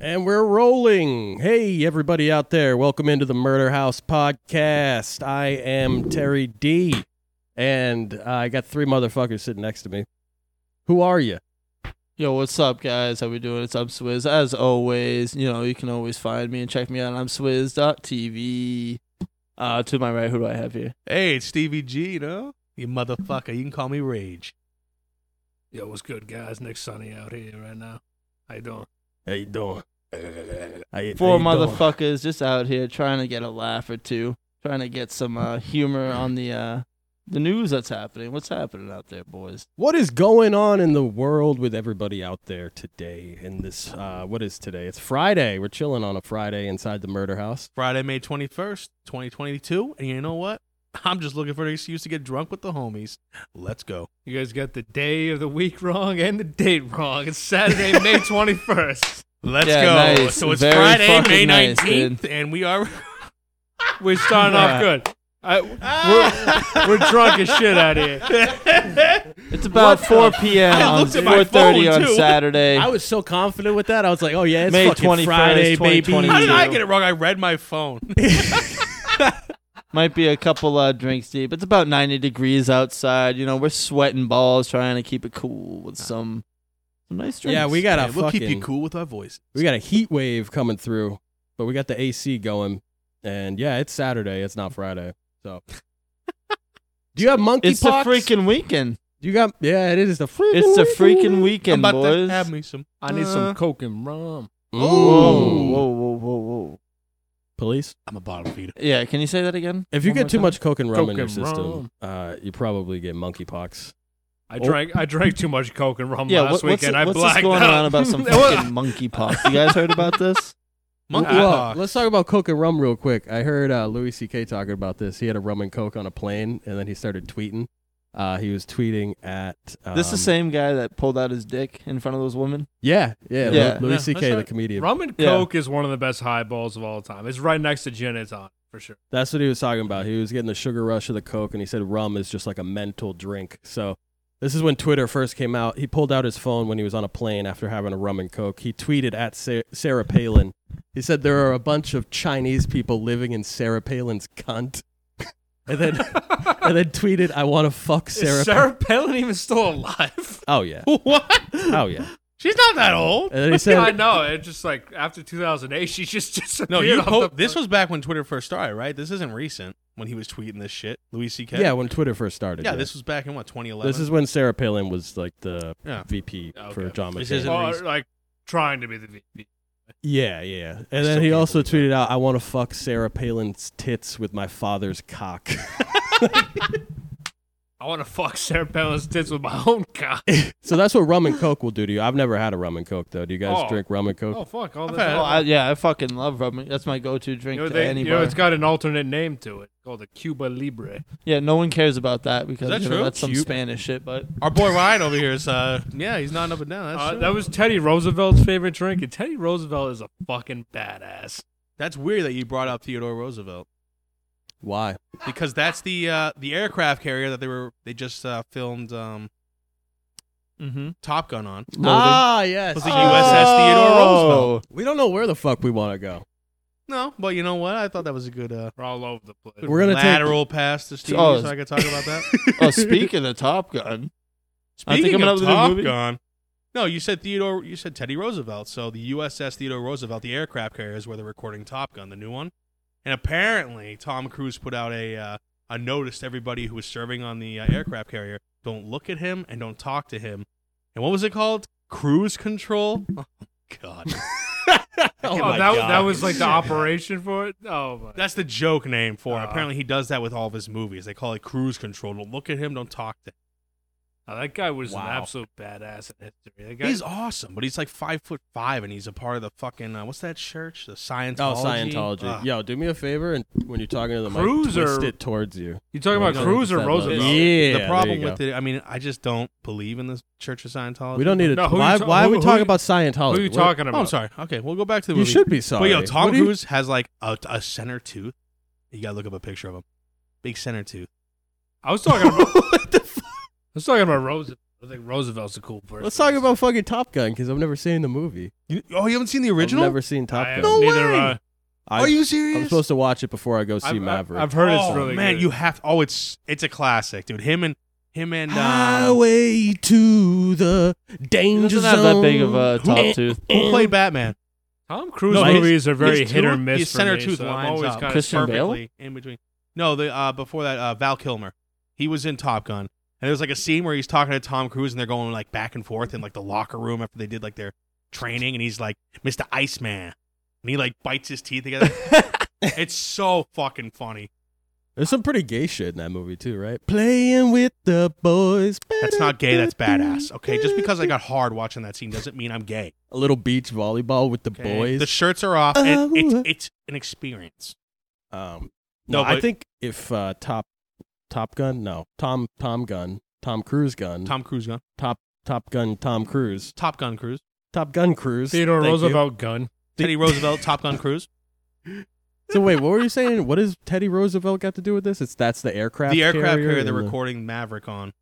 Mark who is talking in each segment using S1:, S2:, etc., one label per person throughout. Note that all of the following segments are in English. S1: And we're rolling. Hey, everybody out there. Welcome into the Murder House podcast. I am Terry D. And I got three motherfuckers sitting next to me. Who are you?
S2: Yo, what's up, guys? How we doing? It's Up Swizz. As always, you know, you can always find me and check me out on upswiz.tv. Uh, to my right, who do I have here?
S3: Hey, it's Stevie G, you know? You motherfucker. You can call me Rage.
S4: Yo, what's good, guys? Nick Sunny out here right now. How you doing?
S1: How you doing? How you-
S2: Four
S1: how you doing?
S2: motherfuckers just out here trying to get a laugh or two, trying to get some uh, humor on the uh, the news that's happening. What's happening out there, boys?
S1: What is going on in the world with everybody out there today? In this, uh, what is today? It's Friday. We're chilling on a Friday inside the murder house.
S3: Friday, May 21st, 2022. And you know what? I'm just looking for an excuse to get drunk with the homies. Let's go.
S4: You guys got the day of the week wrong and the date wrong. It's Saturday, May 21st.
S3: Let's
S2: Yeah,
S3: go.
S2: nice.
S3: So it's
S2: Very
S3: Friday,
S2: fucking
S3: May
S2: nice,
S3: 19th, and we are.
S4: We're starting off good. I, we're, we're drunk as shit out here.
S2: It's about 4 p.m.
S3: I
S2: on
S3: looked at
S2: 4:30
S3: my phone,
S2: on
S3: too.
S2: Saturday.
S1: I was so confident with that. I was like, oh, yeah, it's
S2: May
S1: fucking
S2: 21st,
S1: Friday, baby.
S2: 2022.
S3: How did I get it wrong? I read my phone.
S2: Might be a couple uh, drinks deep. It's about 90 degrees outside. You know, we're sweating balls trying to keep it cool with some, some nice drinks.
S1: Yeah, we got a
S3: we'll
S1: fucking,
S3: keep you cool with our voice.
S1: we got a heat wave coming through, but we got the AC going, and yeah, it's Saturday. It's not Friday. So, do you have monkey
S2: It's the
S1: pox?
S2: freaking weekend.
S1: Do you got? Yeah, it is the freaking.
S2: It's the freaking
S3: I'm
S2: weekend,
S3: about
S2: boys.
S3: to have me some.
S4: I need
S3: Uh,
S4: some Coke and rum.
S1: Ooh.
S2: Whoa, whoa, whoa, whoa, whoa.
S1: Police.
S3: I'm a bottle feeder.
S2: Yeah, can you say that again?
S1: If you
S2: One
S1: get
S2: more
S1: too
S2: time?
S1: much coke and rum in
S4: Coke
S1: your
S4: and
S1: system,
S4: rum.
S1: uh, you probably get monkeypox.
S4: I drank I drank too much Coke and rum
S2: Yeah,
S4: last
S2: what, what's,
S4: weekend. I
S2: what's
S4: blacked
S2: this going
S4: out.
S2: on about some
S4: Well,
S2: fucking monkeypox? You guys heard about this?
S3: Monkey
S1: Well,
S3: pox.
S1: let's talk about coke and rum real quick. I heard uh, Louis C.K. talking about this. He had a rum and coke on a plane, and then he started tweeting. Uh, he was tweeting at um,
S2: this is the same guy that pulled out his dick in front of those women.
S1: Yeah, yeah,
S2: Yeah.
S1: Louis
S3: Yeah,
S1: C.K.
S3: that's
S1: the
S3: right.
S1: comedian.
S4: Rum and
S2: Yeah.
S4: Coke is one of the best highballs of all time. It's right next to gin. It's on for sure.
S1: That's what he was talking about. He was getting the sugar rush of the Coke, and he said rum is just like a mental drink. So, this is when Twitter first came out. He pulled out his phone when he was on a plane after having a rum and Coke. He tweeted at Sa- Sarah Palin. He said, There are a bunch of Chinese people living in Sarah Palin's cunt. and, then, and then tweeted, I want to fuck Sarah,
S4: Is Sarah Palin even still alive?
S1: Pa- Oh, yeah.
S4: what?
S1: Oh, yeah.
S4: She's not that old.
S1: And then
S3: Oh,
S1: he said-
S4: I know. It's just like after 2008, she just disappeared.
S3: No, you
S4: off
S3: po-
S4: the-
S3: this was back when Twitter first started, right? This isn't recent when he was tweeting this shit. Louis C.K.
S1: Yeah, when Twitter first started.
S3: yeah, this was back in what 2011.
S1: This is when Sarah Palin was like the
S3: Yeah.
S1: VP for
S4: Okay.
S1: John McCain.
S3: This isn't
S4: Or,
S3: reason.
S4: like trying to be the VP.
S1: Yeah, yeah.
S3: I
S1: And
S3: still
S1: then he
S3: can't
S1: also
S3: believe
S1: tweeted out, "I want to fuck Sarah Palin's tits with my father's cock."
S4: I want to fuck Sarah Palin's tits with my own cock.
S1: so that's what rum and coke will do to you. I've never had a rum and coke though. Do you guys
S4: Oh.
S1: drink rum and coke?
S4: Oh fuck! All the
S3: had-
S2: Oh,
S4: time.
S2: I, yeah, I fucking love rum. That's my go-to drink
S4: You know,
S2: to
S4: they,
S2: any
S4: you know,
S2: bar.
S4: it's got an alternate name to it called the Cuba Libre.
S2: Yeah, no one cares about that because
S3: that
S2: you know,
S3: true?
S2: that's some
S3: Cute.
S2: Spanish shit. But
S3: Our boy Ryan over here is, uh, yeah, he's not up and down. That's,
S4: Uh,
S3: true.
S4: that was Teddy Roosevelt's favorite drink, and Teddy Roosevelt is a fucking badass.
S3: that's weird that you brought up Theodore Roosevelt
S1: Why?
S3: because that's the uh, the aircraft carrier that they were they just uh, filmed um,
S2: mm-hmm.
S3: Top Gun on.
S1: Ah, yes.
S3: Was the USS Theodore
S2: Oh!
S3: Roosevelt?
S1: Oh. We don't know where the fuck we want to go.
S3: No, but you know what? I thought that was a good uh,
S4: We're all over the place.
S1: We're gonna
S3: lateral pass to Steve,
S2: Oh.
S3: so I could talk about that.
S2: oh, speaking of Top Gun, Aren't they
S3: Speaking
S2: coming
S3: of
S2: up with a
S3: Top
S2: movie?
S3: Gun, no, you said Theodore, you said Teddy Roosevelt. So the USS Theodore Roosevelt, the aircraft carrier, is where they're recording Top Gun, the new one. And apparently, Tom Cruise put out a uh, a notice to everybody who was serving on the uh, aircraft carrier: don't look at him and don't talk to him. And what was it called? Cruise control. Oh, God,
S4: Oh,
S3: my
S4: that,
S3: God.
S4: that was like the operation for it. Oh my!
S3: that's the joke name for him.
S2: Ah.
S4: Uh.
S3: apparently, he does that with all of his movies. They call it cruise control. Don't look at him. Don't talk to him.
S4: Oh, that guy was an
S1: Wow.
S4: absolute badass in history. That guy,
S3: He's awesome, but he's like five foot five, and he's a part of the fucking uh, what's that church? The Scientology.
S1: Oh, Scientology.
S3: Ugh.
S1: Yo, do me a favor and when you're talking to the
S4: Ah. Cruiser-
S1: mic, twist it towards Oh, you.
S4: you talking about
S1: No,
S4: Cruz or
S1: that
S4: Roosevelt?
S1: was- Yeah.
S3: the
S1: there
S3: problem
S1: you
S3: with
S1: go.
S3: it, I mean, I just don't believe in the Church of Scientology.
S1: We don't need to.
S4: No, who you
S1: why?
S4: ta-
S1: why are
S4: who-
S1: we
S4: who
S1: talking
S4: you-
S1: about Scientology?
S4: Who are you
S1: What-
S4: talking about?
S3: Oh, I'm sorry. Okay, we'll go back to the
S1: You
S3: movie.
S1: should be sorry.
S3: But yo, Tom
S1: What do you-
S3: Cruise has like a, a center tooth. You gotta look up a picture of him. Big center tooth.
S4: I was talking about. I was talking about Roosevelt. I think Roosevelt's a cool person.
S1: Let's talk about fucking Top Gun because I've never seen the movie.
S3: You, oh, you haven't seen the original?
S1: I've never seen Top Gun.
S4: I have
S3: No
S4: neither,
S3: way!
S4: uh,
S1: I,
S3: Are you serious?
S1: I'm supposed to watch it before I go see
S4: I've,
S1: Maverick.
S4: I've heard
S3: oh,
S4: it's really
S3: man,
S4: good.
S3: you have. Oh, it's it's a classic, dude. Him and him and
S1: Ah,
S3: uh,
S1: Highway to the danger
S2: doesn't have that big of
S1: zone.
S2: a top tooth.
S3: who played Batman?
S4: Tom Cruise
S3: No, his-
S4: movies are very
S3: His
S4: hit or
S3: tooth-
S4: miss.
S3: His
S4: for
S3: center
S4: me,
S3: tooth
S4: so I'm
S3: lines
S4: always
S3: up
S4: kinda-
S2: Christian Bale?
S3: perfectly in between. No, the uh, before that, uh, Val Kilmer. He was in Top Gun, and there's like a scene where he's talking to Tom Cruise, and they're going like back and forth in like the locker room after they did like their training, and he's like Mr. Iceman, and he like bites his teeth together. it's so fucking funny.
S1: There's some pretty gay shit in that movie too, right? Playing with the boys.
S3: That's not gay. That's badass. Okay, just because I got hard watching that scene doesn't mean I'm gay.
S1: a little beach volleyball with the
S3: okay?
S1: boys.
S3: The shirts are off, and
S1: Oh.
S3: it's it's an experience.
S1: um,
S3: No,
S1: no, I
S3: but-
S1: think if uh, Top Top Gun, no Tom Tom Gun, Tom Cruise Gun, Top
S3: Tom Cruise gun,
S1: Top Gun, Tom Cruise,
S3: Top Gun Cruise,
S1: Top Gun Cruise.
S4: Theodore
S1: Thank you.
S4: Roosevelt gun.
S3: Teddy Roosevelt, Top Gun Cruise.
S1: So wait, what were you saying? What does Teddy Roosevelt got to do with this? It's that's the aircraft.
S3: the aircraft carrier, they're
S1: and the-
S3: recording Maverick on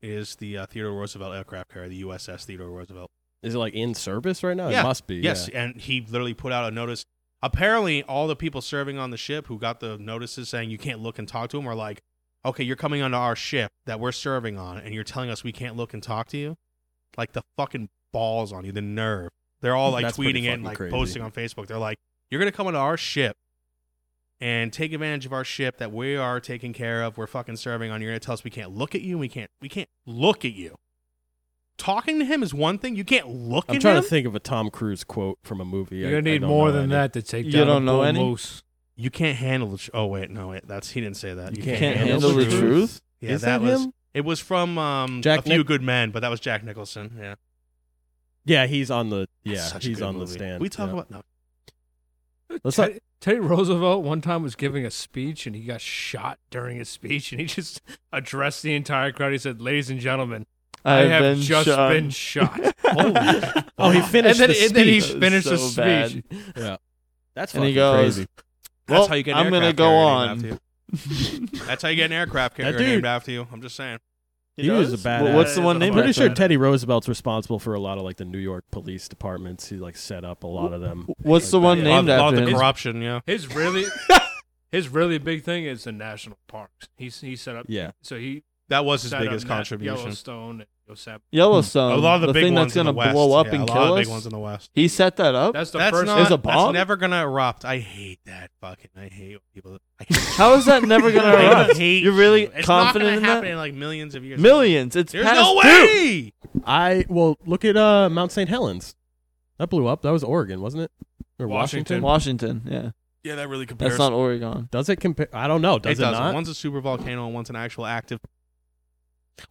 S3: is the uh, Theodore Roosevelt aircraft carrier, the USS Theodore Roosevelt.
S1: Is it like in service right now?
S3: Yeah.
S1: It must be.
S3: Yes, and he literally put out a notice. Apparently, all the people serving on the ship who got the notices saying you can't look and talk to him are like, "Okay, you're coming onto our ship that we're serving on, and you're telling us we can't look and talk to you." Like the fucking balls on you, the nerve. They're all like
S1: That's pretty
S3: tweeting it and
S1: fucking
S3: like
S1: crazy.
S3: posting on Facebook. They're like, "You're gonna come onto our ship." And take advantage of our ship that we are taking care of. We're fucking serving on. You're gonna tell us we can't look at you. We can't. We can't look at you. Talking to him is one thing. You can't look
S1: I'm
S3: at
S1: trying
S3: him.
S1: to think of a Tom Cruise quote from a movie.
S4: You're
S1: I-
S4: gonna
S1: I
S4: need
S1: don't
S4: more
S1: know
S4: than
S1: any.
S4: that to take
S2: You
S4: down
S2: don't
S4: a
S2: know
S4: bull
S2: any?
S4: moose.
S3: You can't handle the. Tr- oh wait, no, wait, that's he didn't say that.
S1: You can't
S2: handle the truth?
S3: Yeah,
S1: Is that
S3: was.
S1: him?
S3: It was from um,
S1: Jack
S3: a few
S1: Nich-
S3: good men, but that was Jack Nicholson. Yeah,
S1: Yeah, he's on the
S3: That's
S1: yeah,
S3: such a
S1: he's
S3: good
S1: on
S3: movie.
S1: the stand.
S3: We talk
S1: yeah.
S3: about no.
S1: Let's
S4: Ted- Teddy Roosevelt one time was giving a speech and he got shot during his speech and he just addressed the entire crowd. He said, "Ladies and gentlemen, I
S2: I've
S4: have
S2: been
S4: just
S2: shot.
S4: been shot."
S1: Oh, he finished
S4: and then,
S1: the speech.
S4: and then
S2: That
S4: he
S2: was
S4: finished the
S2: so
S4: speech.
S2: bad.
S1: That's
S2: and
S1: fucking
S2: he goes,
S1: crazy.
S3: That's
S2: Well,
S3: how you get. An
S2: I'm gonna
S3: aircraft
S2: go
S3: carrier
S2: on.
S3: named after you. That's how you get an aircraft carrier
S1: dude-
S3: named after you. I'm just saying.
S1: He was a
S2: Wh-
S1: badass.
S2: What's the
S3: Yeah,
S2: one
S3: it's
S1: I'm
S2: named
S3: on the
S1: pretty
S2: after?
S1: sure Teddy Roosevelt's responsible for a lot of like the New York police departments. He like set up a lot of them.
S2: What's the
S1: Like
S2: one
S1: that.
S2: named
S3: All- all
S2: after
S3: the
S2: him?
S3: corruption. Yeah,
S4: His really, his really big thing is the national parks. He he set up
S1: Yeah,
S4: so he
S3: that was his
S4: set
S3: biggest
S4: up Nat-
S3: contribution.
S4: Yellowstone and Yosemite.
S2: Yellowstone.
S3: A lot of the, big
S2: um, thing
S3: ones
S2: that's gonna
S3: in the West.
S2: blow up
S3: Yeah,
S2: and
S3: a lot
S2: kill
S3: of
S2: us.
S3: big ones in the West.
S2: He set that up.
S4: That's the
S3: that's
S4: first.
S3: not.
S2: There's a bomb?
S3: That's never gonna erupt. I hate that fucking. I hate people. that- I hate
S2: How is that never gonna
S3: I
S2: erupt?
S3: hate
S2: You're really
S3: you. it's
S2: confident in
S3: not gonna
S2: that?
S3: happen in like millions of years.
S2: Millions. It's
S3: There's
S2: past
S3: no
S2: due.
S3: way.
S1: I well look at uh, Mount St. Helens. That blew up. That was Oregon, wasn't it? Or
S4: Washington.
S2: Washington. Yeah,
S3: Yeah, that really compares.
S2: that's not Oregon.
S1: Does it compare? I don't know. Does it,
S3: doesn't.
S1: not?
S3: One's a super volcano and one's an actual active.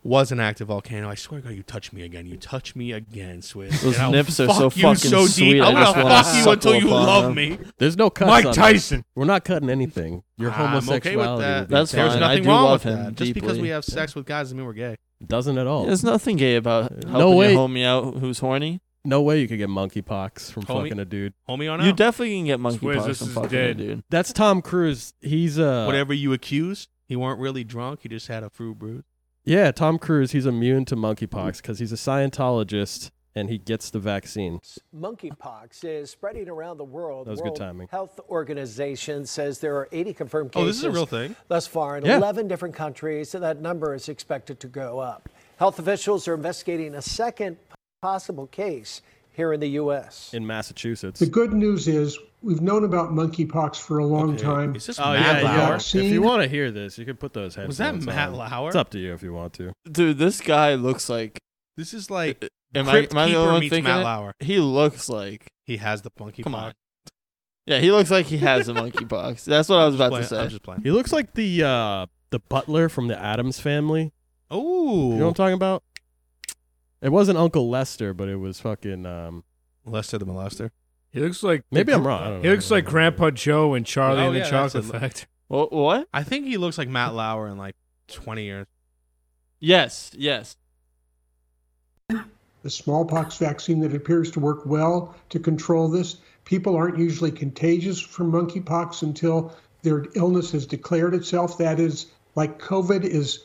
S3: Was an active volcano. I swear to God, you touch me again. You touch me again, Swiss.
S2: Those
S3: And I'll
S2: nips are so
S3: fuck you
S2: fucking
S3: so
S2: sweet,
S3: Deep.
S2: I
S3: I'm
S2: just
S3: gonna
S2: wanna
S3: fuck you
S2: suck
S3: until you
S2: up on
S3: love
S2: them.
S3: me.
S1: There's no cuts.
S4: Mike
S1: on
S4: Tyson.
S1: We're not cutting anything. Your
S3: I'm okay
S1: homosexuality.
S3: with that.
S1: would be
S2: That's
S1: terrible.
S3: There's
S2: fine. I
S3: nothing
S2: do
S3: wrong
S2: love
S3: with that.
S2: him
S3: Just because we
S2: deeply.
S3: have sex with guys doesn't mean we're gay.
S1: Doesn't at all.
S2: There's nothing gay about
S1: No
S2: helping your
S1: way.
S2: homie out who's horny.
S1: No way you could get monkeypox from
S3: Homie-
S1: fucking a dude.
S3: Homie on
S2: You
S3: out.
S2: definitely can get
S4: Swears
S2: monkeypox
S4: this
S2: from
S4: is
S2: fucking a
S4: dead.
S2: dude.
S1: That's Tom Cruise. He's uh
S3: Whatever you accuse, he weren't really drunk. He just had a fruit brew.
S1: Yeah, Tom Cruise. He's immune to monkeypox because he's a Scientologist and he gets the vaccine.
S5: Monkeypox is spreading around the world.
S1: That was good
S5: World
S1: timing.
S5: Health Organization says there are 80 confirmed cases.
S3: Oh, this is a real thing?
S5: Thus far in
S1: Yeah.
S5: 11 different countries, and that number is expected to go up. Health officials are investigating a second possible case here in the U.S.
S1: in Massachusetts.
S6: The good news is we've known about monkeypox for a long time.
S3: Is this
S1: Oh
S3: Matt
S1: yeah, yeah.
S3: Lauer?
S1: If you want to hear this, you can put those headphones.
S3: Was that Matt
S1: on.
S3: Lauer?
S1: It's up to you if you want to.
S2: Dude, this guy looks like. uh,
S3: This is like
S2: Am I,
S3: Crypt
S2: am I the
S3: Keeper
S2: only one
S3: meets
S2: thinking
S3: Matt
S2: it?
S3: Lauer.
S2: He looks like.
S3: he has the monkey.
S2: Come
S3: pox.
S2: on. Yeah, he looks like he has a monkeypox. That's what I was about
S3: Play-
S2: to say.
S3: I'm just playing.
S1: He looks like the uh, the butler from the Adams Family. You know what I'm
S3: Oh,
S1: talking about? It wasn't Uncle Lester, but it was fucking. Um,
S3: Molester the molester.
S4: He looks like
S1: maybe I'm wrong. I don't
S4: he
S1: know.
S4: looks like Grandpa Joe and Charlie
S3: Oh,
S4: and the
S3: yeah, that's
S4: Chocolate
S3: it.
S4: Factory.
S2: Wha- what?
S3: I think he looks like Matt Lauer in like 20 years.
S2: Yes, yes.
S6: The smallpox vaccine that appears to work well to control this. People aren't usually contagious from monkeypox until their illness has declared itself. That is, like COVID is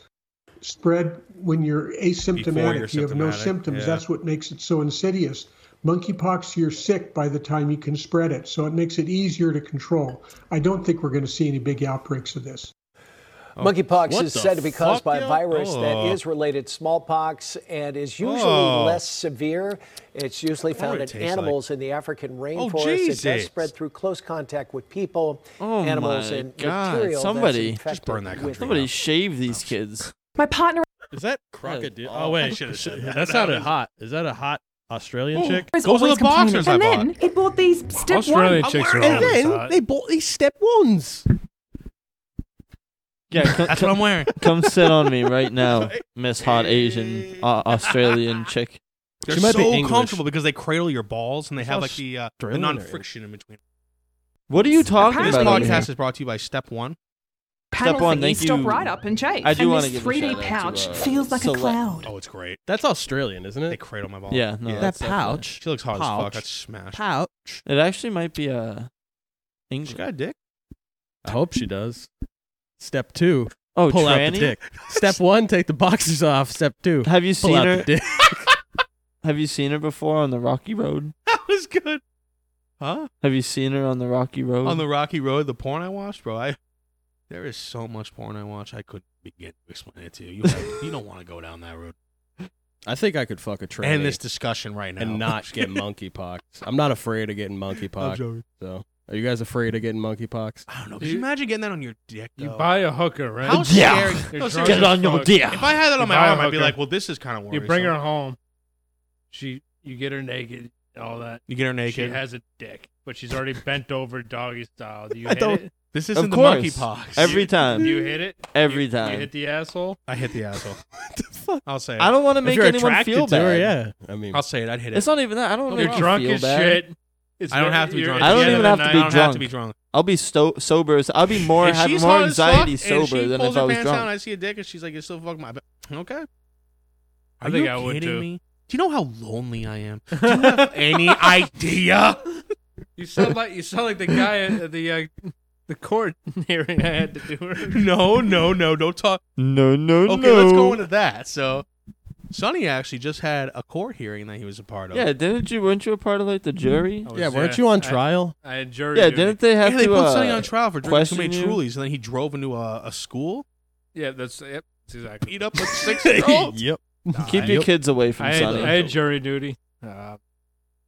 S6: spread when you're
S3: Before
S6: asymptomatic. you
S3: you're
S6: have no
S3: symptomatic,
S6: symptoms.
S3: yeah.
S6: That's what makes it so insidious. Monkeypox, you're sick by the time you can spread it, so it makes it easier to control. I don't think we're going to see any big outbreaks of this.
S5: Monkeypox
S3: Oh, What
S5: is
S3: the
S5: said to be caused
S3: fuck,
S5: by a
S3: yo?
S5: virus that
S3: Oh.
S5: is related to smallpox and is usually
S3: Oh.
S5: less severe. It's usually found
S3: it
S5: in
S3: tastes like. Oh,
S5: animals in the African rainforest. it does
S3: Jesus.
S5: spread through close contact with people,
S2: Oh
S5: animals,
S2: my
S5: and
S2: God,
S5: material.
S2: somebody-
S5: that's
S2: Just
S5: infected
S3: burn that country
S5: with
S3: up.
S2: Somebody shave these kids.
S7: My partner
S1: Is that crocodile?
S2: Oh,
S1: Oh
S3: I
S1: wait,
S3: should've said that.
S1: that sounded hot. Is that a hot Australian chick?
S7: is
S3: Those are
S7: always
S3: the boxers
S7: complaining.
S3: I
S7: And
S3: bought.
S7: then it bought these step
S4: Australian
S7: one.
S4: chicks are
S1: And
S4: always
S1: then
S4: hot.
S1: they bought these step ones.
S2: Yeah, come,
S3: That's what I'm wearing.
S2: come sit on me right now, Miss Hot Asian uh, Australian chick.
S3: They're
S1: She might be
S3: so
S1: English.
S3: comfortable because they cradle your balls and they
S1: It's
S3: have like the, uh, the
S1: Australian or-
S3: non-friction in between.
S2: What are you talking
S3: This
S7: Apparently-
S2: about? over here?
S3: podcast is brought to you by Step One.
S7: panel
S2: Step one,
S7: thingy,
S2: thank
S7: stop
S2: you.
S7: right up and shake.
S2: I do
S7: and
S2: wanna
S7: this
S2: give a
S7: 3D
S2: shout out
S7: pouch
S2: to, uh,
S7: feels like
S2: Select.
S7: a cloud.
S3: Oh, it's great.
S1: That's Australian, isn't
S3: They
S1: it?
S3: cradle my balls.
S2: Yeah, no,
S3: Yeah.
S2: that's definitely-
S3: She looks hot as fuck.
S1: Pouch.
S3: That's smashed.
S1: Pouch.
S2: It actually might be uh, English.
S3: She got a dick.
S1: I hope she does. Step two,
S2: Oh,
S1: pull
S2: tranny?
S1: out the dick. Step one, take the boxers off. Step two,
S2: Have you
S1: pull
S2: seen
S1: out
S2: her?
S1: the dick.
S2: Have you seen her before on the Rocky Road?
S3: That was good. Huh?
S2: Have you seen her on the Rocky Road?
S3: On the rocky road, the porn I watched, bro. I there is so much porn I watch. I couldn't begin to explain it to you. You, have- you don't want to go down that road.
S1: I think I could fuck a tranny
S3: End this discussion right now.
S1: and not get monkeypox. I'm not afraid of getting
S3: I'm
S1: monkeypox.
S3: joking.
S1: So, are you guys afraid of getting monkeypox?
S3: I don't know. Could you imagine getting that on your dick?
S4: You
S3: though?
S4: buy a hooker, right?
S3: How
S2: Yeah.
S3: scary.
S4: You're
S3: No,
S4: drunk
S3: seriously.
S4: as fuck.
S3: If I had that
S4: You
S3: on my
S4: buy a
S3: arm, I'd be
S4: hooker.
S3: like, well, this is kind of
S4: You
S3: worrisome.
S4: bring her home. She, you get her naked, and all that.
S3: You get her
S4: She
S3: naked.
S4: has a dick, but she's already bent over doggy style. Do you
S3: I
S4: hit
S3: don't-
S4: it?
S3: this
S2: of
S3: isn't the
S2: course.
S3: monkeypox.
S2: Every time.
S4: Do you hit it?
S2: Every
S4: You-
S2: time.
S4: You hit the asshole.
S3: I hit the asshole. I'll say it.
S2: I don't want to
S1: if
S2: make
S1: you're
S2: anyone
S1: attracted
S2: feel
S1: to
S2: bad.
S1: her, yeah. I mean,
S3: I'll say it. I'd hit it.
S2: It's not even that. I don't want to
S4: You're
S2: make you
S4: drunk
S2: feel
S4: as
S2: bad.
S4: shit. It's
S3: I don't
S4: been-
S3: have to be
S4: you're
S3: drunk.
S4: at
S2: I
S4: the
S2: don't
S4: end
S2: even have
S4: of the
S2: to
S3: I
S2: be
S4: night.
S3: don't have to
S2: drunk.
S3: be drunk.
S2: I'll be so sober. as- I'll be more
S3: If
S2: have
S3: she's
S2: more
S3: hot as fuck
S2: anxiety
S3: and
S2: sober
S3: she
S2: than
S3: pulls
S2: if
S3: her
S2: I was
S3: pants Down, and
S2: drunk.
S3: I see a dick and she's like, "You're still fucking my." ba-" Okay.
S4: I
S3: Are
S4: think
S3: you
S4: I would,
S3: kidding
S4: too.
S3: me? Do you know how lonely I am? Do you have any idea?
S4: You sound like you sound like the guy at the uh, the court hearing I had to do. Her.
S3: No, no, no. Don't talk.
S2: No, no,
S3: Okay, let's go into that. So, Sonny actually just had a court hearing that he was a part of.
S2: Yeah, didn't you? Weren't you a part of like
S3: Mm.
S2: the jury?
S4: I was,
S1: yeah, weren't
S4: uh,
S1: you on
S4: I-
S1: trial?
S4: I, had jury.
S2: Yeah,
S4: duty.
S2: didn't they have
S3: Oh, Yeah, they
S2: to?
S3: put
S2: uh,
S3: Sonny on trial for drinking too
S2: question
S3: many
S2: you?
S3: Trulies, and then he drove into a, a school,
S4: Yeah, that's yep, that's exactly.
S3: beat up a six-year-old.
S1: yep.
S2: Keep your kids away from
S4: I had,
S2: Sonny.
S4: I had jury duty. Uh,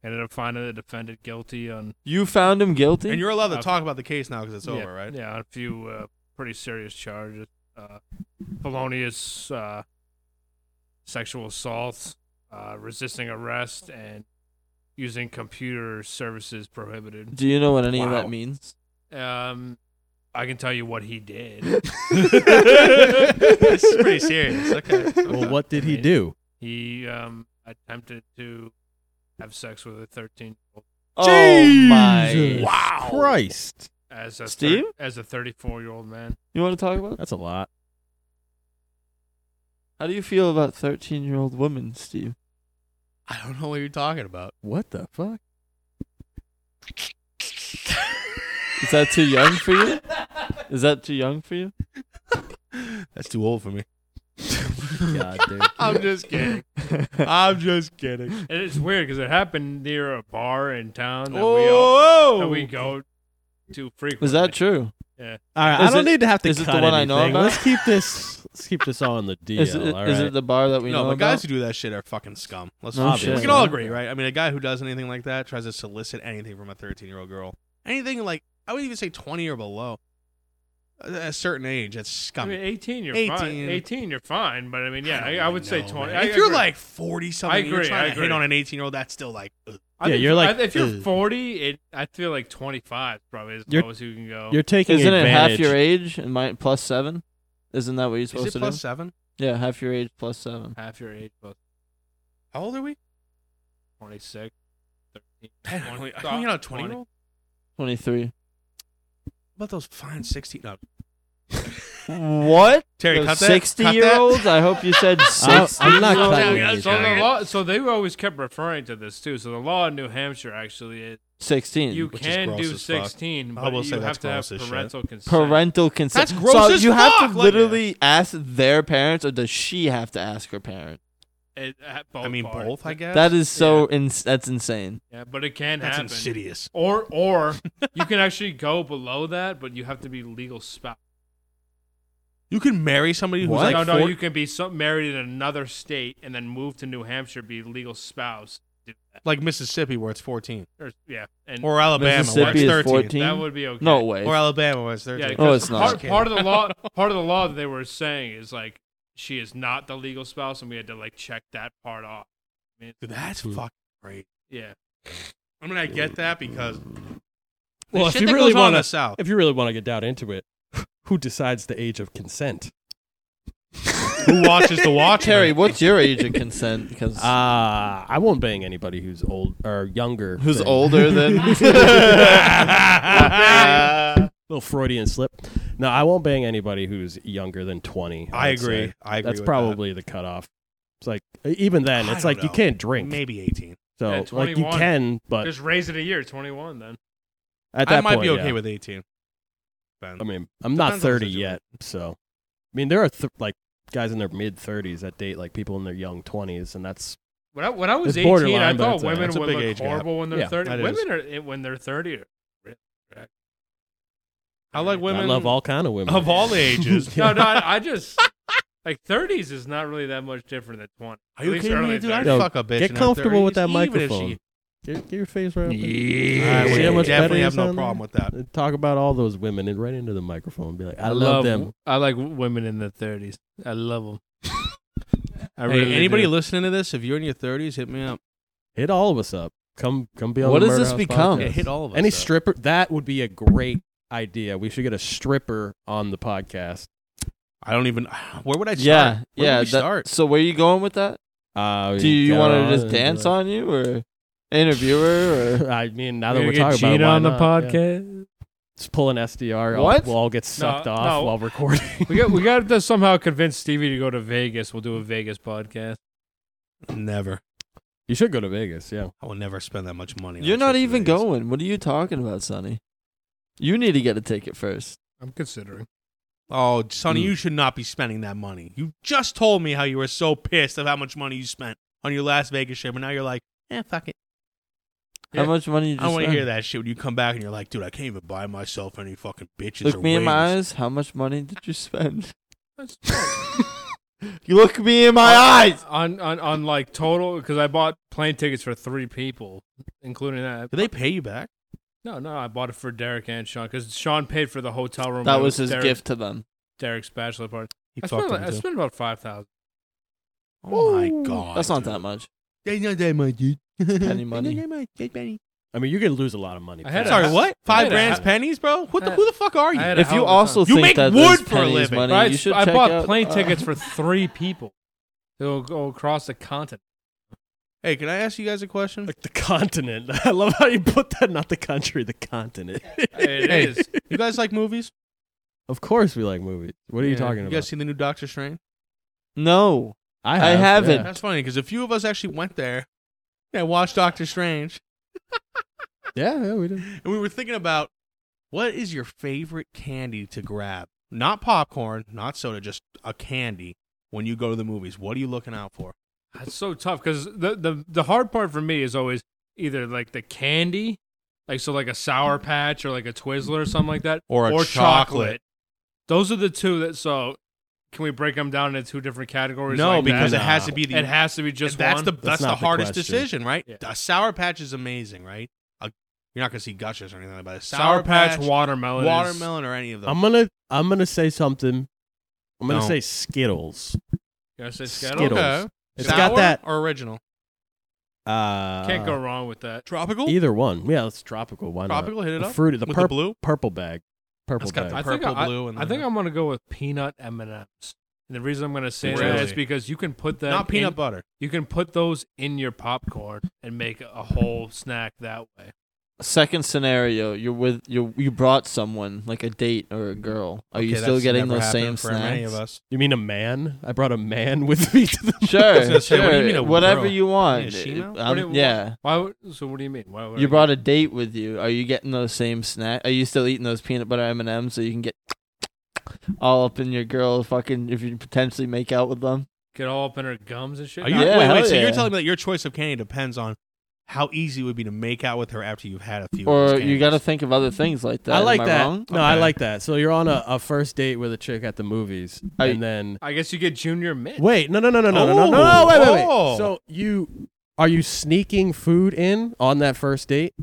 S4: ended up finding the defendant guilty on
S2: you found him guilty.
S3: and you're allowed to
S4: Uh,
S3: talk about the case now because it's
S4: yeah,
S3: over, right?
S4: Yeah, on a few uh, pretty serious charges, uh, felonious uh, sexual assault, uh, resisting arrest, and using computer services prohibited.
S2: Do you know what any of
S4: Wow.
S2: that means?
S4: Um, I can tell you what he did.
S3: this is pretty serious. Okay.
S1: Well, what did he do?
S4: He um, attempted to have sex with a 13
S2: Oh my!
S1: Jesus
S3: Wow.
S1: Christ.
S4: as a
S2: Steve?
S4: thir- as a 34 year old man.
S2: You want to talk about?
S1: That's a lot.
S2: How do you feel about thirteen-year-old women, Steve?
S3: I don't know what you're talking about.
S1: What the fuck?
S2: Is that too young for you? Is that too young for you?
S3: That's too old for me.
S1: God, dude.
S3: I'm just kidding. I'm just kidding.
S4: And it's weird because it happened near a bar in town that we all that we
S2: Oh!
S4: go to frequently.
S2: Was that true?
S1: All right, I
S2: Is
S1: don't
S2: it-
S1: need to have to
S2: is it the
S1: cut
S2: one I know
S1: anything.
S2: about?
S1: Let's keep this. Let's keep this all in the DL.
S2: Is, it,
S1: all
S2: is
S1: right?
S2: it the bar that we
S3: no,
S2: know
S3: but guys
S2: about?
S3: who do that shit are fucking scum. Let's
S2: No
S3: we
S1: shit.
S3: can all agree, right? I mean, a guy who does anything like that tries to solicit anything from a 13 year old girl. Anything like I would even say 20 or below, at a certain age, that's
S4: I
S3: scummy.
S4: mean, 18, you're
S3: 18.
S4: fine. 18, you're fine. But I mean, yeah, I, I, would say 20. I
S3: if you're
S4: agree.
S3: like 40 something,
S4: I
S3: and you're
S4: agree,
S3: trying
S4: I
S3: to hit
S4: agree.
S3: on an 18 year old. That's still like, uh, ugh.
S4: I
S1: Yeah,
S4: think
S1: you're
S4: if-
S1: like,
S4: I- if you're
S1: ugh.
S4: 40, it, I feel like 25 probably is as
S1: You're-
S4: low as you can go.
S1: You're taking
S2: Isn't it half
S1: advantage.
S2: your age and my plus seven? Isn't that what you're supposed
S3: is it
S2: to
S3: plus
S2: do?
S3: seven?
S2: Yeah, half your age plus seven.
S4: half your age, plus
S3: How old are we?
S4: 26, 13.
S3: I don't know. Are we on a 20 year old?
S2: Twenty-three.
S3: What about those fine 16? No,
S2: What?
S3: Terry,
S2: Those
S3: cut that. Cut that.
S2: Sixty-year-olds? I hope you said
S1: I'm,
S2: sixty.
S1: I'm
S4: Oh,
S1: not
S3: Yeah,
S1: cutting
S3: yeah,
S1: anything.
S4: So the law, so they always kept referring to this too. So the law in New Hampshire actually is
S2: sixteen.
S4: You
S3: Which is
S4: can
S3: gross
S4: do
S3: as fuck.
S4: 16,
S3: I
S4: but
S3: will say
S4: you
S3: that's
S4: have to have
S3: gross as shit.
S4: parental consent.
S2: parental consent.
S3: That's gross
S2: So
S3: as
S2: you have
S3: fuck,
S2: to
S3: like-
S2: literally ask their parents, or does she have to ask her parent?
S4: It- at
S3: I mean,
S4: parties.
S3: both, I guess.
S2: that is so ins- that's insane.
S4: Yeah, but it can
S3: That's
S4: happen.
S3: insidious.
S4: Or or you can actually go below that, but you have to be legal spouse.
S3: You can marry somebody who's
S2: What?
S3: like
S4: no, no,
S3: four-
S4: you can be so, married in another state and then move to New Hampshire, be legal spouse.
S3: like Mississippi where it's 14
S4: Or, yeah, and
S3: or Alabama where
S2: Mississippi
S3: it's
S2: is
S3: 13
S2: 14?
S4: that would be okay.
S2: No way.
S3: or Alabama where it's 13.
S4: Yeah,
S2: Oh,
S4: because
S2: it's
S4: part,
S2: not.
S4: part of the law. Part of the law that they were saying is like she is not the legal spouse, and we had to like check that part off. I mean,
S3: Dude, that's fucking great.
S4: yeah,
S3: I mean, I get that because
S1: Well,
S3: the
S1: if
S3: shit
S1: you
S3: that
S1: really
S3: goes on in
S1: wanna-
S3: the South,
S1: If you really want to get down into it, who decides the age of consent?
S3: who watches the watch?
S2: Terry, what's your age of consent? Because
S1: Uh, I won't bang anybody who's old or younger.
S2: who's
S1: than-
S2: older than?
S1: Little Freudian slip. No, I won't bang anybody who's younger than 20.
S3: I
S1: would
S3: agree.
S1: say.
S3: I agree.
S1: That's
S3: with
S1: probably the cutoff. It's like, e, even then,
S3: I
S1: it's
S3: don't
S1: like you
S3: know.
S1: can't
S3: that.
S1: drink.
S3: maybe 18.
S1: So,
S4: Yeah,
S1: like, you
S4: 21.
S1: can, but
S4: just raise it a year, twenty-one. Then
S1: at that
S3: I might
S1: point,
S3: be okay
S1: yeah.
S3: with 18. Ben.
S1: I mean, I'm not
S3: Depends on the
S1: 30
S3: situation.
S1: yet, so. I mean, there are, th- like, guys in their mid 30s that date, like, people in their young 20s, and that's.
S4: when I, when I was
S1: It's
S4: eighteen, I
S1: borderline, but
S4: thought
S1: it's a-
S4: women
S3: it's a
S4: would
S3: big
S4: look
S3: age gap.
S4: horrible when they're
S1: Yeah,
S4: thirty.
S3: that is.
S4: Women are when they're thirty. are really correct.
S3: I like women
S1: I love all kind of women.
S3: of all ages.
S4: No, no, I, I just like thirties is not really that much different than twenty.
S3: Are you
S4: At least
S3: kidding
S4: early
S3: me, dude? I'd
S4: 30s.
S1: No,
S3: fuck a bitch.
S1: get
S3: in her
S1: comfortable
S3: 30s,
S1: with that
S3: even if
S1: microphone.
S3: she-
S1: Get, get your face right up.
S3: I
S1: there. See how
S3: would
S1: much better
S3: definitely
S1: you
S3: have no
S1: sound there?
S3: problem with that.
S1: Talk about all those women and right into the microphone and be like, I, love, them.
S4: I like women in their thirties. I love them. I
S3: Hey, anybody
S4: do.
S3: listening to this, if you're in your 30s, hit me up.
S1: Hit all of us up. Come come be on
S2: What
S1: the
S2: does
S1: Murder
S2: this
S1: House
S2: become?
S1: podcast.
S2: Yeah,
S3: hit all of us.
S1: Any
S3: up.
S1: stripper that would be a great idea. We should get a stripper on the podcast.
S3: I don't even. Where would I start?
S2: yeah,
S3: Where
S2: yeah.
S3: Would we
S2: that-
S3: start.
S2: So where are you going with that?
S1: Uh,
S2: Do you want to just
S1: and be
S2: dance
S1: like-
S2: on you or interview her or?
S1: I mean, now
S4: We're
S1: that
S4: gonna
S1: we're
S4: get
S1: talking about it,
S4: Gina
S1: why
S4: on the
S1: not? Yeah.
S4: podcast.
S1: Let's pull an SDR. I'll-
S2: What?
S1: We'll all get sucked
S4: No,
S1: off
S4: no.
S1: while recording.
S4: We got we got to somehow convince Stevie to go to Vegas. We'll do a Vegas podcast.
S3: Never.
S1: you should go to Vegas. Yeah.
S3: I will never spend that much money. on
S2: You're
S3: a
S2: not
S3: trip to
S2: even
S3: Vegas.
S2: going. What are you talking about, Sonny? You need to get a ticket first.
S4: I'm considering.
S3: Oh, Sonny,
S2: Mm.
S3: you should not be spending that money. You just told me how you were so pissed of how much money you spent on your Las Vegas trip, and now you're like, eh, fuck it.
S2: How much money you
S3: I
S2: just uh,
S3: don't want to
S2: spend?
S3: hear that shit when you come back and you're like, dude, I can't even buy myself any fucking bitches.
S2: Look
S3: or
S2: me in my eyes.
S3: wings."
S2: How much money did you spend?
S4: That's-
S2: you look me in my
S3: Oh,
S2: eyes.
S4: on on on like total because I bought plane tickets for three people, including that.
S3: Do they pay you back?
S4: No, no, I bought it for Derek and Sean because Sean paid for the hotel
S3: oh
S4: room.
S2: That
S4: It
S2: was his
S4: Derek-
S2: gift to them.
S4: Derek's bachelor party.
S3: He
S4: I
S3: fucked
S4: spent, like-
S3: them
S4: I
S3: too.
S4: spent about five thousand.
S3: Oh
S2: Ooh.
S3: my god,
S2: That's not
S3: dude.
S2: that much.
S3: They not that much, dude.
S2: Penny money.
S3: Not that much. Just penny.
S1: I mean, you could lose a lot of money.
S4: I had
S1: but-
S4: a-
S3: Sorry, what?
S4: I
S3: Five
S4: had a-
S3: grand's pennies, bro? What the,
S4: I-
S3: who the fuck are
S4: I
S3: you?
S4: had a
S2: If
S4: hell
S2: you
S4: of a
S2: also
S4: time.
S3: You
S2: think
S3: make
S2: that
S3: wood
S2: there's
S3: for a
S2: pennies
S3: living.
S2: money,
S4: But I,
S2: you
S4: s-
S2: should
S4: I
S2: check
S4: bought
S2: out,
S4: plane
S2: uh,
S4: tickets for three people. They'll go across the continent.
S3: Hey, can I ask you guys a question?
S1: Like the continent. I love how you put that. Not the country, the continent.
S4: It
S3: Hey,
S4: is.
S3: You guys like movies?
S1: Of course, we like movies. What are you
S4: Yeah.
S1: talking
S3: You
S1: about?
S3: guys seen the new Doctor Strange?
S2: No, I haven't.
S3: That's funny because a few of us actually went there and watched Doctor Strange,
S1: Yeah, yeah, yeah, we did.
S3: and we were thinking about what is your favorite candy to grab? Not popcorn, not soda, just a candy when you go to the movies. What are you looking out for?
S4: It's so tough because the, the the hard part for me is always either like the candy, like so like a sour patch or like a Twizzler or something like that,
S3: Mm. Or a
S4: or
S3: chocolate.
S4: Those are the two that. So can we break them down into two different categories?
S3: No,
S4: like that?
S3: because it
S1: Nah.
S3: has to be the
S4: it has to be just
S3: that's
S4: one.
S3: the that's,
S1: not
S3: the
S1: the
S3: hardest
S1: question.
S3: decision, right?
S4: Yeah.
S3: A sour patch is amazing, right? A, you're not gonna see gushers or anything like that. but A
S4: sour, patch, watermelon, is-
S3: watermelon, or any of them.
S1: I'm gonna I'm gonna say something. I'm gonna
S3: No.
S1: say Skittles.
S4: You gotta say Skittles.
S1: Skittles.
S3: Okay.
S1: It's
S3: Sour
S1: got that.
S3: or original
S1: Uh,
S4: Can't go wrong with that.
S3: tropical.
S1: Either one. Yeah, it's tropical. Why not?
S3: Tropical, hit it
S1: The
S3: up
S1: fruit, the,
S3: with
S1: purp-
S3: the blue.
S1: purple bag, purple
S3: That's got
S1: bag.
S3: the
S4: I think
S3: purple,
S4: I-
S3: blue, and
S4: I think
S3: then-
S4: I'm gonna go with peanut M and M's. And the reason I'm gonna say that is
S3: Really?
S4: because you can put that
S3: Not peanut
S4: in,
S3: butter.
S4: You can put those in your popcorn and make a whole snack that way.
S2: Second scenario, you're with you you brought someone like a date or a girl. Are you
S3: Okay,
S2: still
S3: that's
S2: getting
S3: never
S2: those same
S3: happened for
S2: snacks?
S3: Any of us.
S1: You mean a man? I brought a man with me to the
S2: Sure,
S3: gonna say,
S2: sure.
S3: what do you mean a
S2: Whatever
S3: girl?
S2: you want.
S3: You mean a shemale?
S2: Um,
S4: What do you-
S2: yeah.
S4: Why? Would, so what do you mean? Why would
S2: You
S4: I-
S2: brought a date with you. Are you getting those same snack? Are you still eating those peanut butter M and M's so you can get all up in your girl? Fucking if you potentially make out with them.
S4: get all up in her gums and shit?
S3: Are you,
S2: Yeah,
S3: wait, wait.
S2: hell
S3: So
S2: yeah.
S3: you're telling me that your choice of candy depends on how easy it would be to make out with her after you've had a few. of
S2: Or
S3: these
S2: you got to
S3: candies.
S2: think of other things like that.
S1: I like
S2: Am I
S1: that.
S2: wrong?
S1: No, I
S3: Okay.
S1: like that. So you're on a, a first date with a chick at the movies,
S2: Are you-
S1: and then
S4: I guess you get junior mint.
S1: wait, no, no, no, no, no, no, no, no,
S3: Oh,
S1: wait, wait, wait.
S3: oh.
S1: So you are you sneaking food in on that first date,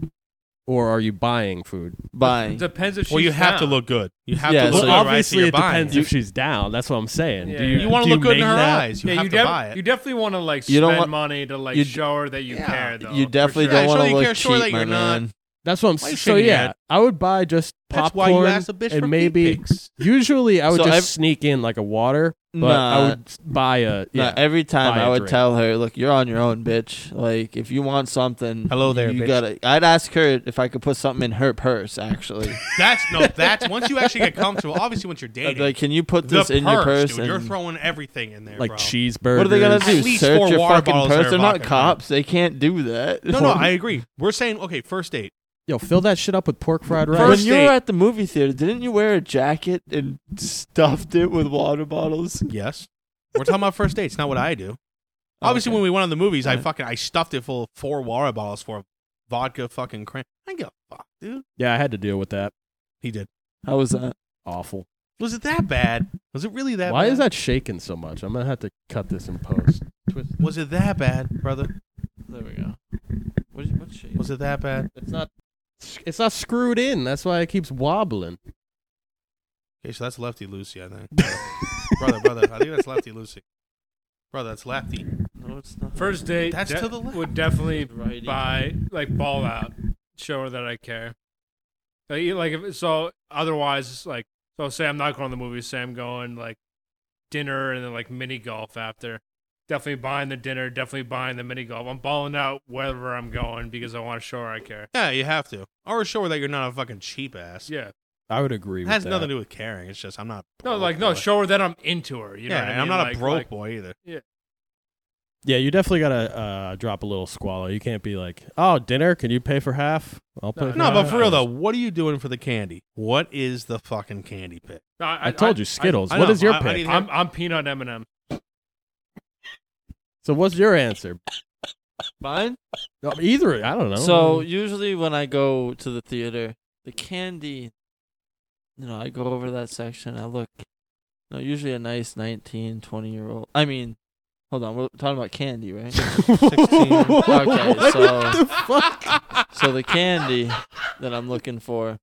S1: or are you buying food?
S2: Buying.
S4: Depends if
S3: Well,
S4: she's
S3: you have to
S4: down.
S3: look good. You have
S2: Yeah,
S3: to
S2: so-
S3: look good, right?
S1: well,
S3: So
S1: obviously
S3: you're
S1: it
S3: buying
S1: depends
S3: it.
S1: if she's down. That's what I'm saying.
S4: Yeah,
S1: do
S4: yeah.
S1: you,
S4: You
S3: wanna
S1: do
S3: look good in
S1: make
S3: her
S1: that?
S3: eyes. You
S4: yeah,
S3: have
S4: you,
S3: to
S4: def-
S3: buy it.
S4: you definitely want to like
S2: You
S4: spend
S2: don't want-
S4: money to like
S2: you d-
S4: show her that you
S3: Yeah.
S4: care though.
S2: you
S4: for
S2: definitely
S4: sure.
S2: don't want to
S3: Actually, you
S2: look
S3: can't show her that
S2: cheap, my
S3: you're not-
S2: man.
S1: That's what I'm
S3: Why are
S1: saying.
S3: you
S1: So
S3: shaking your
S1: yeah,
S3: head?
S1: I would buy just
S3: That's
S1: popcorn
S3: why you asked a bitch
S1: and
S3: for
S1: maybe.
S3: Pete pics.
S1: Usually, I would
S2: So
S1: just
S2: I've-
S1: sneak in like a water, but
S2: Nah.
S1: I would buy a
S2: No,
S1: yeah.
S2: every time
S1: buy
S2: I
S1: a
S2: would
S1: drink.
S2: tell her, "Look, you're on your own, bitch. Like, if you want something,
S3: Hello there,
S2: you
S3: bitch.
S2: gotta." I'd ask her if I could put something in her purse. Actually,
S3: That's no. That's once you actually get comfortable. Obviously, once you're
S2: I'd
S3: dating,
S2: be like, "Can you put
S3: the
S2: this
S3: purse,
S2: in your purse?"
S3: dude. You're
S2: and-
S3: throwing everything in there,
S1: like
S3: bro.
S1: cheeseburgers.
S2: what are they gonna
S3: At
S2: do?
S3: least
S2: Search
S3: four
S2: your
S3: water
S2: fucking
S3: bottles in
S2: purse?
S3: her
S2: They're not
S3: pocket, man.
S2: cops. They can't do that.
S3: No, no, I agree. We're saying okay, first date.
S1: Yo, fill that shit up with pork fried rice.
S2: When
S3: First
S2: you
S3: date.
S2: were at the movie theater, didn't you wear a jacket and stuffed it with water bottles?
S3: Yes, we're talking about first dates, not what I do. Obviously,
S4: Oh,
S2: Okay.
S3: when we went on the movies, I
S2: Alright.
S3: fucking I stuffed it full of four water bottles for vodka fucking cran. I didn't give a fuck, dude.
S1: yeah, I had to deal with that.
S3: He did.
S2: How was that?
S1: Awful.
S3: Was it that bad? Was it really that?
S1: Why
S3: bad?
S1: is that shaking so much? I'm gonna have to cut this in post. Twist.
S3: Was it that bad, brother?
S2: There we go. What, what shape?
S3: Was it that bad?
S1: It's not. It's not screwed in. That's why it keeps wobbling.
S3: Okay, so that's Lefty Lucy, I think. brother, brother, I think that's Lefty Lucy. Brother, that's Lefty.
S2: No, it's not.
S4: First date
S3: That's to the left.
S4: would definitely
S2: Righty.
S4: buy like ball out, show her that I care. Like, you- like if so, otherwise like so. Say I'm not going to the movies. Say I'm going like dinner and then like mini golf after. Definitely buying the dinner. Definitely buying the mini golf. I'm balling out wherever I'm going because I want to show her I care.
S3: Yeah, you have to. Or show her that you're not a fucking cheap ass.
S4: Yeah.
S1: I would agree.
S3: It
S1: with
S3: has
S1: that.
S3: nothing to do with caring. It's just I'm not. a
S4: No,
S3: broke
S4: like no.
S3: boy.
S4: Show her that I'm into her. You know
S3: yeah,
S4: what I
S3: and
S4: mean?
S3: I'm not
S4: Like-
S3: a broke
S4: like-
S3: boy either.
S1: Yeah, you definitely gotta uh, drop a little squalor. You can't be like, "Oh, dinner? Can you pay for half? I'll pay."
S4: No,
S1: for
S3: No,
S1: half.
S3: but for real though, what are you doing for the candy? What is the fucking candy pick?
S4: No,
S1: I, told you Skittles. What
S3: know,
S1: is your
S3: I- I
S1: pick?
S3: need-
S4: I'm I'm peanut M and m
S1: so what's your answer?
S2: Mine?
S1: No, Either I
S3: Oh.
S1: don't know.
S2: So usually when I go to the theater, the candy, you know, I go over that section. I look. No, usually a nice 19, 20 year old. I mean, hold on. We're talking about candy, right? Okay, so-
S1: What the fuck?
S2: so the candy that I'm looking for,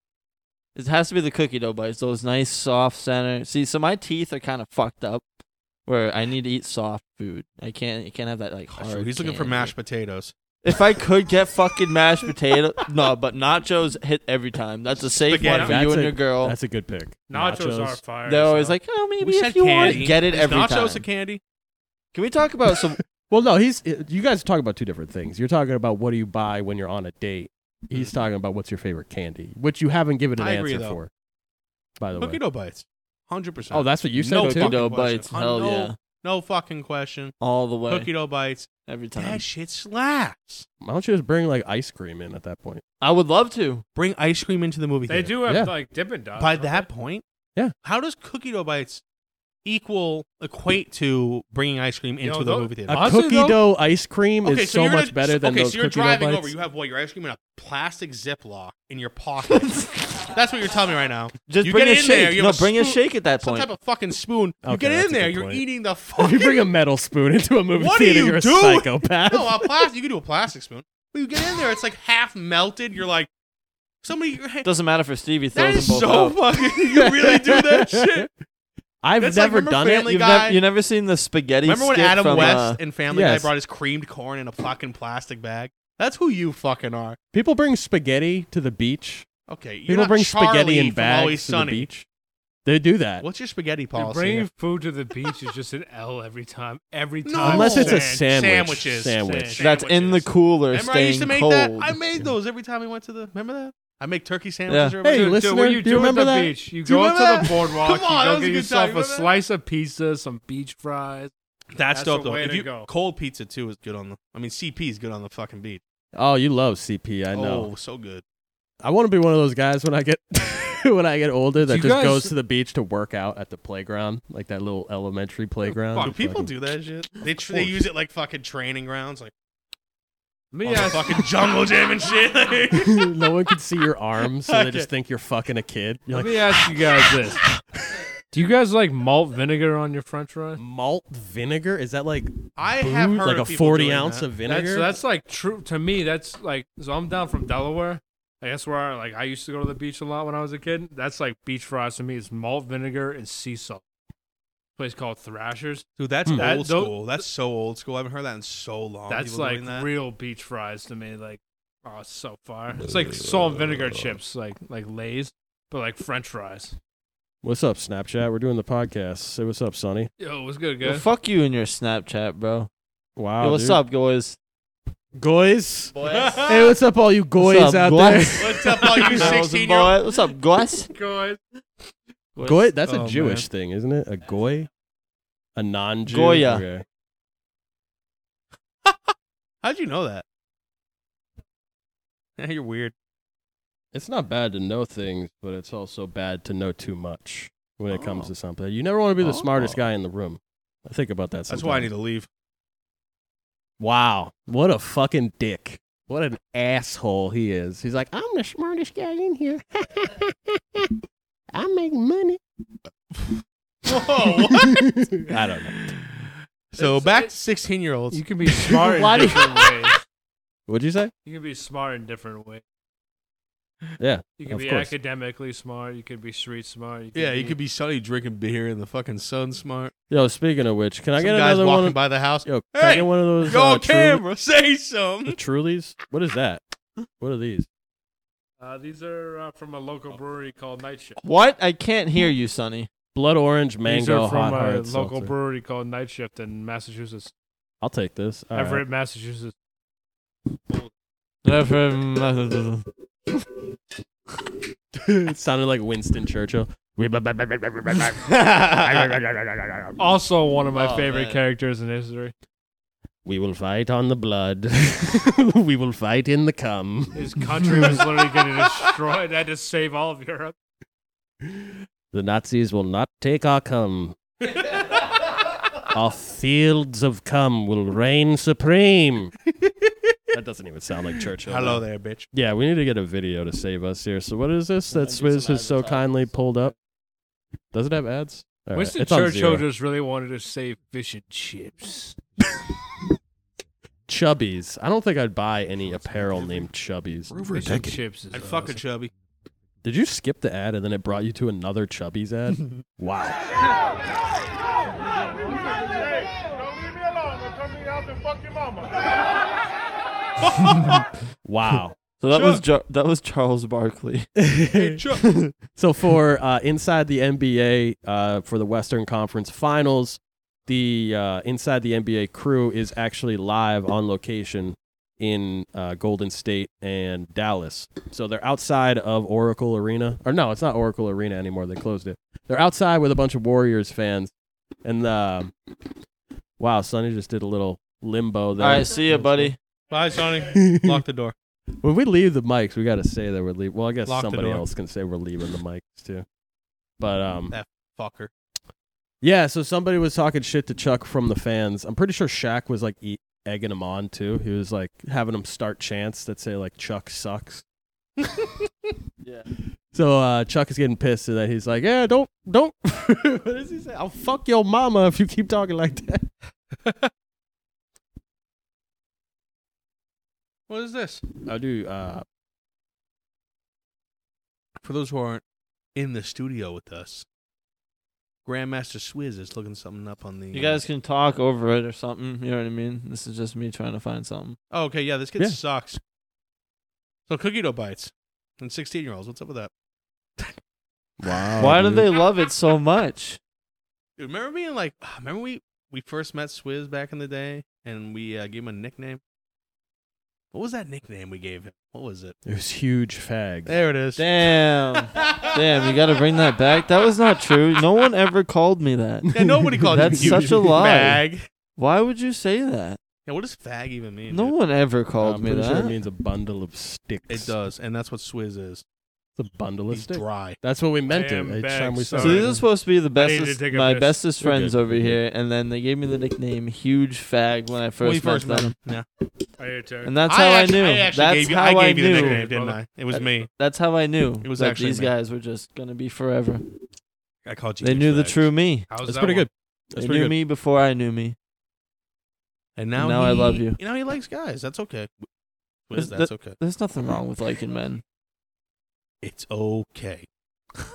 S2: it has to be the cookie dough bites. Those nice soft center. See, so my teeth are kind of fucked up, where I need to eat soft food. I can't. I can't have that like hard.
S3: That's true. He's looking for
S2: candy.
S3: mashed potatoes.
S2: If I could get fucking mashed potato, no, but nachos hit every time. That's a safe
S3: Spaghetti.
S2: one for you
S1: That's
S2: and
S1: a-
S2: your girl.
S1: That's a good pick.
S4: Nachos, are fire.
S2: They're always
S4: so-
S2: like, oh, maybe
S3: we
S2: if
S3: said
S2: you want
S3: candy.
S2: to get it
S3: Is
S2: every
S3: nachos
S2: time.
S3: a candy?
S2: Can we talk about some?
S1: Well, no, he's. uh, You guys are talking about two different things. You're talking about what do you buy when you're on a date. He's talking about what's your favorite candy, which you haven't given an
S3: Mm-hmm. I
S1: answer
S3: agree, though.
S1: for. By the
S3: Cookie
S1: way,
S3: dough bites. Hundred percent.
S1: oh, that's what you said
S3: No
S1: too.
S2: Cookie
S3: fucking
S2: dough
S3: question.
S2: bites,
S3: Uh,
S2: hell
S3: no.
S2: yeah,
S3: no fucking question.
S2: all the way,
S3: Cookie dough bites.
S2: every time.
S3: That shit slaps.
S1: Why don't you just bring like ice cream in at that point?
S2: I would love to.
S3: Bring ice cream into the movie.
S4: They
S3: theater.
S4: do have
S1: Yeah.
S4: like Dippin' Dots.
S3: By
S4: don't they?
S3: that point,
S1: Yeah.
S3: How does cookie dough bites equal equate to bringing ice cream into
S4: Yo,
S3: the
S4: tho-
S3: movie theater?
S1: A
S4: Honestly,
S1: cookie
S4: though-
S1: dough ice cream is so
S3: you're
S1: much
S3: gonna-
S1: better
S3: so-
S1: than
S3: okay,
S1: those
S3: so you're
S1: cookie dough
S3: driving
S1: bites.
S3: over. You have what? Your ice cream in a plastic Ziploc in your pocket. That's what you're telling me right now.
S2: Just
S3: You
S2: bring
S3: get
S2: a
S3: in there,
S2: shake.
S3: you
S2: No,
S3: have a
S2: bring a
S3: spoon-
S2: shake at that
S3: Some
S2: point.
S3: type of fucking spoon. you
S1: Okay,
S3: get
S1: that's
S3: in
S1: a
S3: there,
S1: good
S3: you're
S1: point.
S3: eating the fucking.
S1: If you bring a metal spoon into a movie
S3: What are
S1: theater,
S3: you
S1: are a
S3: doing?
S1: psychopath.
S3: no, a plastic. You can do a plastic spoon. But you get in there, it's like half melted. You're like, somebody. Your hand,
S2: Doesn't matter for Stevie throws
S3: that is
S2: them both
S3: so
S2: out.
S3: fucking. You really do that shit.
S1: I've
S3: That's like,
S1: never
S3: remember
S1: done
S3: Family
S1: it.
S2: You've,
S3: Guy.
S2: never, you never seen the spaghetti
S3: Remember when
S2: skit
S3: Adam
S2: from,
S3: West
S2: uh,
S3: and Family
S1: yes.
S3: Guy brought his creamed corn in a fucking plastic bag? That's who you fucking are.
S1: People bring spaghetti to the beach.
S3: Okay, you're
S1: People
S3: not
S1: bring
S3: Charlie
S1: spaghetti in
S3: from Always
S1: bags to the
S3: Sunny.
S1: beach. They do that.
S3: What's your spaghetti
S4: Dude,
S3: policy?
S4: bringing
S3: here?
S4: food to the beach is just an L every time. Every
S3: No.
S4: time.
S1: Unless it's a
S3: Sand-
S1: sandwich.
S3: sandwiches,
S1: Sandwich.
S3: sand-
S2: That's in the
S3: Sandwiches.
S2: cooler,
S3: Remember, I
S2: staying
S3: used to make
S2: cold.
S3: that. I made those every time we went to the. Remember that? I make turkey sandwiches.
S2: Yeah.
S3: Or
S1: Hey,
S3: whatever.
S1: listen-
S4: Dude, what
S1: Listener,
S4: do you
S1: do
S4: do,
S1: you
S4: at
S1: remember
S4: the
S1: that?
S4: beach? You
S3: Do you
S4: go to
S3: remember that?
S4: the boardwalk.
S3: Come on, that was
S4: you go
S3: a
S4: get
S3: good
S4: yourself
S3: time.
S4: a
S3: Remember that?
S4: slice of pizza, some beach fries.
S3: that's,
S4: That's
S3: dope
S4: the
S3: though.
S4: way
S3: If
S4: to
S3: you,
S4: go.
S3: Cold pizza too is good on the. I mean, CP is good on the fucking beat.
S1: Oh, you love CP. I know.
S3: Oh, so good.
S1: I want to be one of those guys when I get when I get older that
S4: you
S1: just
S4: guys-
S1: goes to the beach to work out at the playground, like that little elementary playground.
S3: Fuck,
S1: Just
S3: people
S1: fucking-
S3: do that shit. They tr- they
S1: course.
S3: use it like fucking training grounds, like
S4: Let me
S3: on the
S4: ask
S3: fucking jungle gym and shit.
S1: no one can see your arms, so they
S3: Okay.
S1: just think you're fucking a kid. You're
S4: Let
S1: like
S4: me ask you guys this. Do you guys like malt vinegar on your french fry?
S1: malt vinegar. Is that like
S3: I have
S1: booze?
S3: heard
S1: Like
S3: of
S1: a
S3: people
S1: forty
S3: doing
S1: ounce
S3: that.
S1: of
S4: That's
S1: vinegar?
S4: that's like true to me. That's like so I'm down from Delaware. Like, that's where I, like I used to go to the beach a lot when I was a kid. That's like beach fries to me. It's malt vinegar and sea salt. place called Thrashers.
S3: Dude, that's
S1: Hmm.
S4: That-
S3: old
S4: tho-
S3: school. That's so old school. I haven't heard that in so long.
S4: That's
S3: People
S4: like
S3: doing that.
S4: real beach fries to me. Like, oh, it's so far. It's like salt and vinegar chips, like like Lay's, but like French fries.
S1: What's up, Snapchat? We're doing the podcast. Say what's up, Sonny.
S4: Yo, what's good,
S2: Well,
S4: guys?
S2: fuck you and your Snapchat, bro.
S1: Wow.
S2: Yo, what's
S1: dude.
S2: up, guys?
S1: Goys?
S2: Boys.
S1: Hey, what's up, all you goys
S2: up,
S1: out
S2: guys?
S1: there?
S3: What's up, all you
S2: Girls
S3: 16
S2: and
S3: year
S2: boys. What's up, guys?
S4: Guys.
S1: Goy? That's
S3: Oh,
S1: a Jewish thing, isn't it? A goy? A non Jew?
S2: Goya.
S1: Okay.
S3: How'd you know that? Yeah, you're weird.
S1: It's not bad to know things, but it's also bad to know too much when it
S3: Oh.
S1: comes to something. You never want to be the smartest
S2: Oh.
S1: guy in the room. I think about that sometimes.
S3: That's why I need to leave.
S1: Wow. What a fucking dick. What an asshole he is. He's like, I'm the smartest guy in here. I make money.
S3: Whoa.
S1: I don't know.
S3: so back to 16 year olds.
S4: You can be smart
S1: Why
S4: in
S1: do you-
S4: different ways.
S1: What'd you say?
S4: You can be smart in different ways.
S1: Yeah.
S4: You can
S1: of
S4: be
S1: course.
S4: academically smart. You could be street smart. You
S3: Yeah, you could be sunny drinking beer in the fucking sun smart.
S1: Yo, speaking of which, can I
S3: Some
S1: get
S3: guys
S1: another
S3: walking
S1: one?
S3: by the house.
S1: Yo, can I
S3: Hey,
S1: get one of those?
S3: Go
S1: uh,
S3: on
S1: Tru-
S3: camera, say
S1: the
S3: something.
S1: Trulies? What is that? What are these?
S4: Uh, these are uh, from a
S3: Oh.
S4: local brewery called Night Shift.
S2: What? I can't hear you, Sonny.
S1: Blood orange mango
S4: these are
S1: hot
S4: from a
S1: hard
S4: local
S1: seltzer.
S4: brewery called Night Shift in Massachusetts,
S1: I'll take this. All right.
S4: Everett, Massachusetts.
S2: That's
S1: it sounded like Winston Churchill.
S4: Also, one of my
S2: Oh,
S4: favorite
S2: man.
S4: characters in history
S1: We will fight on the blood. we will fight in the cum.
S4: His country was literally getting destroyed. Had to save all of Europe.
S1: The Nazis will not take our cum. our fields of cum will reign supreme. that doesn't even sound like Churchill.
S3: Hello there, bitch.
S1: Yeah, we need to get a video to save us here. So what is this that
S2: Gotta get
S1: Swizz
S2: some
S1: has so kindly
S2: advertisements.
S1: pulled up? Does it have ads? All right,
S4: Winston
S1: it's on zero.
S4: Churchill just really wanted to save fish and chips.
S1: Chubbies. I don't think I'd buy any apparel named Chubbies.
S4: Fish and chips is
S3: I'd fuck a
S4: awesome.
S3: chubby.
S1: Did you skip the ad and then it brought you to another Chubbies ad? wow. Wow.
S2: So that was jo- that was Charles Barkley.
S3: Hey, Chuck.
S1: So for uh, inside the NBA uh, for the Western Conference Finals, the uh, inside the NBA crew is actually live on location in uh, Golden State and Dallas. So they're outside of Oracle Arena, or no, it's not Oracle Arena anymore. They closed it. They're outside with a bunch of Warriors fans, and uh, wow, Sonny just did a little limbo
S2: All
S1: there.
S2: right, see ya, buddy.
S3: Bye, Sonny. Lock the door.
S1: When we leave the mics, we got to say that we're leaving. Well, I guess
S3: Lock the
S1: somebody
S3: door.
S1: else can say we're leaving the mics too. But um,
S3: Fucker.
S1: Yeah, so somebody was talking shit to Chuck from the fans. I'm pretty sure Shaq was like e- egging him on too. He was like having him start chants that say like Chuck sucks.
S2: Yeah.
S1: So uh, Chuck is getting pissed and then he's like, "Yeah, don't, don't." what does he say? I'll fuck your mama if you keep talking like that.
S3: What is this?
S1: I'll do. Uh,
S3: For those who aren't in the studio with us, Grandmaster Swizz is looking something up on the.
S2: You guys can talk over it or something. You know what I mean? This is just me trying to find something.
S3: Oh, okay, yeah, this kid
S1: Yeah.
S3: sucks. So cookie dough bites and sixteen year olds. What's up with that?
S1: Wow.
S2: Why do
S1: dude.
S2: they love it so much?
S3: Dude, remember being like, remember we we first met Swizz back in the day, and we uh, gave him a nickname. What was that nickname we gave him? What was it?
S1: It was huge fag.
S3: There it is.
S2: Damn. Damn, you got to bring that back. That was not true. No one ever called me that.
S3: Yeah, nobody called
S2: That's
S3: you huge
S2: such a lie.
S3: Fag.
S2: Why would you say that?
S3: Yeah, what does fag even mean?
S2: No
S3: dude?
S2: one ever
S1: I'm
S2: called me
S1: pretty sure it
S2: that.
S1: means a bundle of sticks.
S3: It does, and that's what Swizz is.
S1: It's a bundle of
S3: He's
S1: sticks.
S3: dry.
S1: That's what we meant
S4: am
S1: it. Each
S4: back,
S1: time we
S4: so-
S1: saw
S2: So
S1: it.
S2: these are supposed to be the
S4: I need to
S2: bestest,
S4: take a
S2: my
S4: piss.
S2: bestest
S1: You're
S2: friends
S1: good.
S2: over here, and then they gave me the nickname "Huge Fag" when I
S3: When we
S2: first, met them,
S3: Yeah.
S4: I hate to-
S2: and that's how I,
S3: actually-
S2: knew.
S3: actually
S2: that's
S3: gave you,
S2: how
S3: I gave
S2: I
S3: you the
S2: knew.
S3: nickname, didn't I? It was
S2: That-
S3: me.
S2: That's how I knew.
S3: It was
S2: that
S3: actually
S2: these
S3: me.
S2: guys were just gonna be forever.
S3: I called you.
S2: They
S3: huge
S2: knew the
S3: fags.
S2: true me.
S4: How's
S1: That's
S4: that
S1: pretty
S4: one?
S1: good. That's
S2: they
S1: pretty
S2: knew
S1: good.
S2: me before I knew me.
S3: And now,
S2: Now I
S3: he-
S2: love you.
S3: Now he likes guys. That's okay.
S2: Is
S3: Swizz, that's
S2: that-
S3: okay.
S2: There's nothing wrong with liking men.
S3: It's okay.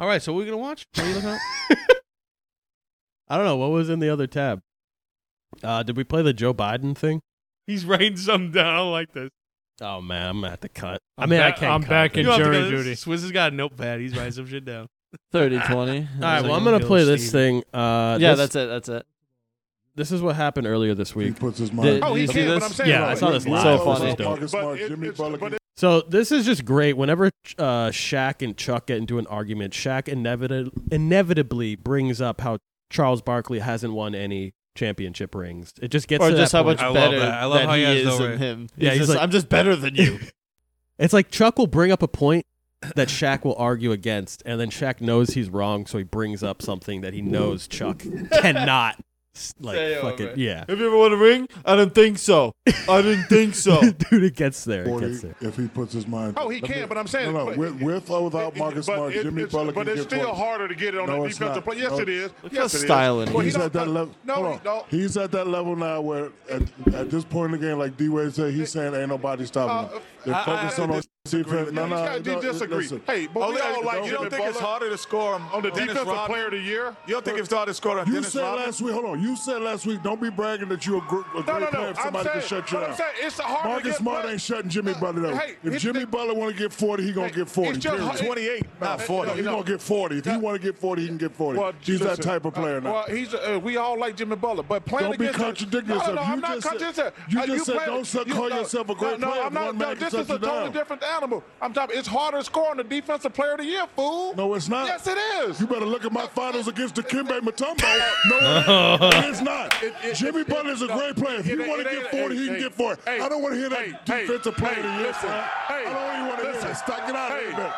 S3: All right, so what are we gonna watch? What are you looking at?
S1: I don't know what was in the other tab. Uh, did we play the Joe Biden thing?
S3: He's writing something down. I don't like this.
S1: Oh man, I'm gonna have to cut. i
S4: I'm
S1: mean, I
S4: ba-
S1: can't.
S4: I'm
S1: cut,
S4: back
S1: but-
S4: in
S3: You don't have to
S4: jury
S3: go to this.
S4: duty.
S3: Swizz has got a notepad. He's writing some shit down. Ah.
S2: 30, 20.
S1: All right, well, I'm
S3: Bill
S1: gonna play this
S3: Stevens.
S1: thing. Uh,
S2: yeah,
S1: this-
S2: that's it. That's it.
S1: This is what happened earlier this week.
S8: puts his
S2: Did,
S3: Oh,
S8: mind.
S2: did you see
S4: can't, but
S2: this?
S4: I'm saying,
S1: Yeah, I saw this
S2: So
S1: live.
S2: funny.
S1: This is dope.
S8: Marcus Smart, Jimmy Butler,
S1: So this is just great. Whenever uh, Shaq and Chuck get into an argument, Shaq inevit- inevitably brings up how Charles Barkley hasn't won any championship rings. It just gets
S2: Or
S1: to
S2: just
S1: that
S2: how
S1: point.
S2: much
S3: I love
S2: better
S3: that. I love
S2: that
S3: how
S2: he
S3: you guys
S2: is
S3: know
S2: than
S3: it.
S2: him.
S1: Yeah, he's
S2: just,
S1: like-
S2: I'm just better than you.
S1: It's like Chuck will bring up a point that Shaq will argue against, and then Shaq knows he's wrong, so he brings up something that he knows Chuck cannot s- like
S2: Say
S1: fucking
S2: over.
S1: yeah.
S2: Have you ever won a ring? I didn't think so. I didn't think so.
S1: Dude, it gets there. It gets
S8: 40,
S1: there.
S8: if he puts his mind.
S9: Oh, he can, but I'm saying.
S8: No, no,
S9: but-
S8: with, with or without Marcus
S9: but
S8: Smart,
S9: it-
S8: Jimmy
S9: it's,
S8: Butler
S9: But
S8: can
S9: it's
S8: get
S9: still
S8: 40.
S9: harder to get it on
S8: No,
S9: the
S8: it's
S9: defensive
S8: not.
S9: play. Yes,
S8: No.
S9: it is.
S2: Look how
S9: yes, it is.
S2: styling
S9: Well,
S2: he
S8: He's
S9: don't-
S8: at that level.
S9: No,
S8: hold
S9: he
S8: on.
S9: don't.
S8: He's at that level now where, at, at this point in the game, like D Wade said, he's saying ain't nobody stopping him.
S9: Uh,
S8: They're
S9: I- I
S8: focused on
S9: have
S8: on
S9: to
S8: defense. No,
S9: You
S8: no,
S9: guys
S8: no,
S9: disagree.
S8: listen.
S9: Hey, but
S10: Oh,
S9: we
S10: yeah,
S9: all
S10: like
S9: like
S10: you
S9: Jimmy
S10: don't think it's
S9: Butler
S10: harder to score on,
S9: Um, on the
S10: Dennis
S9: defensive
S10: Rodman?
S9: player of the year.
S10: You don't think it's harder to score on
S8: You
S10: Dennis
S8: said
S10: Rodman?
S8: last week, hold on. You said last week, don't be bragging that you're a, gr- a
S9: No,
S8: great
S9: no,
S8: player
S9: no.
S8: if
S9: I'm
S8: somebody
S9: saying,
S8: can shut you
S9: but I'm
S8: out.
S9: saying it's a hard. to
S8: Marcus
S9: get
S8: Smart
S9: play.
S8: ain't shutting Jimmy
S9: Uh,
S8: Butler though.
S9: hey,
S8: if
S9: it's
S8: Jimmy
S9: the-
S8: Butler want to get 40, he gonna
S9: Hey,
S8: get 40.
S9: it's just
S8: period.
S9: hard-
S10: 28, not
S9: No,
S10: 40.
S8: No, he
S9: no.
S8: gonna get 40. If he want to get 40, he can get 40.
S9: Well,
S8: he's that
S9: listen,
S8: type of player
S9: uh,
S8: now.
S9: Well, he's uh, we all like Jimmy Butler, but playing
S8: Don't be
S9: against
S8: contradicting
S9: no,
S8: yourself.
S9: No, no,
S8: You
S9: I'm not
S8: just said-
S9: contradicting.
S8: you
S9: Uh,
S8: just said
S9: play-
S8: don't su- call yourself a great
S9: no,
S8: player
S9: No,
S8: if
S9: I'm not.
S8: one
S9: No,
S8: man can
S9: this
S8: shut
S9: is a
S8: you
S9: totally
S8: down.
S9: different animal. I'm talking. It's harder to score on the defensive player of the year, fool.
S8: no, it's not.
S9: Yes, it is.
S8: You better look at my finals against the Kimbe Mutombo. No, it ain't. it's not.
S9: It- it-
S8: Jimmy
S9: it-
S8: Butler is a
S9: no,
S8: great player. If
S9: it
S8: you
S9: ain't-
S8: want to
S9: it
S8: get
S9: ain't-
S8: 40, he
S9: hey,
S8: can
S9: hey,
S8: get 40.
S9: hey,
S8: I don't want to hear that
S9: hey, hey,
S8: defensive player of the
S9: hey,
S8: year.
S9: listen,
S8: Frank.
S9: hey,
S8: I don't even want to hear
S9: listen,
S8: that. Stop it out
S9: hey.
S8: of there.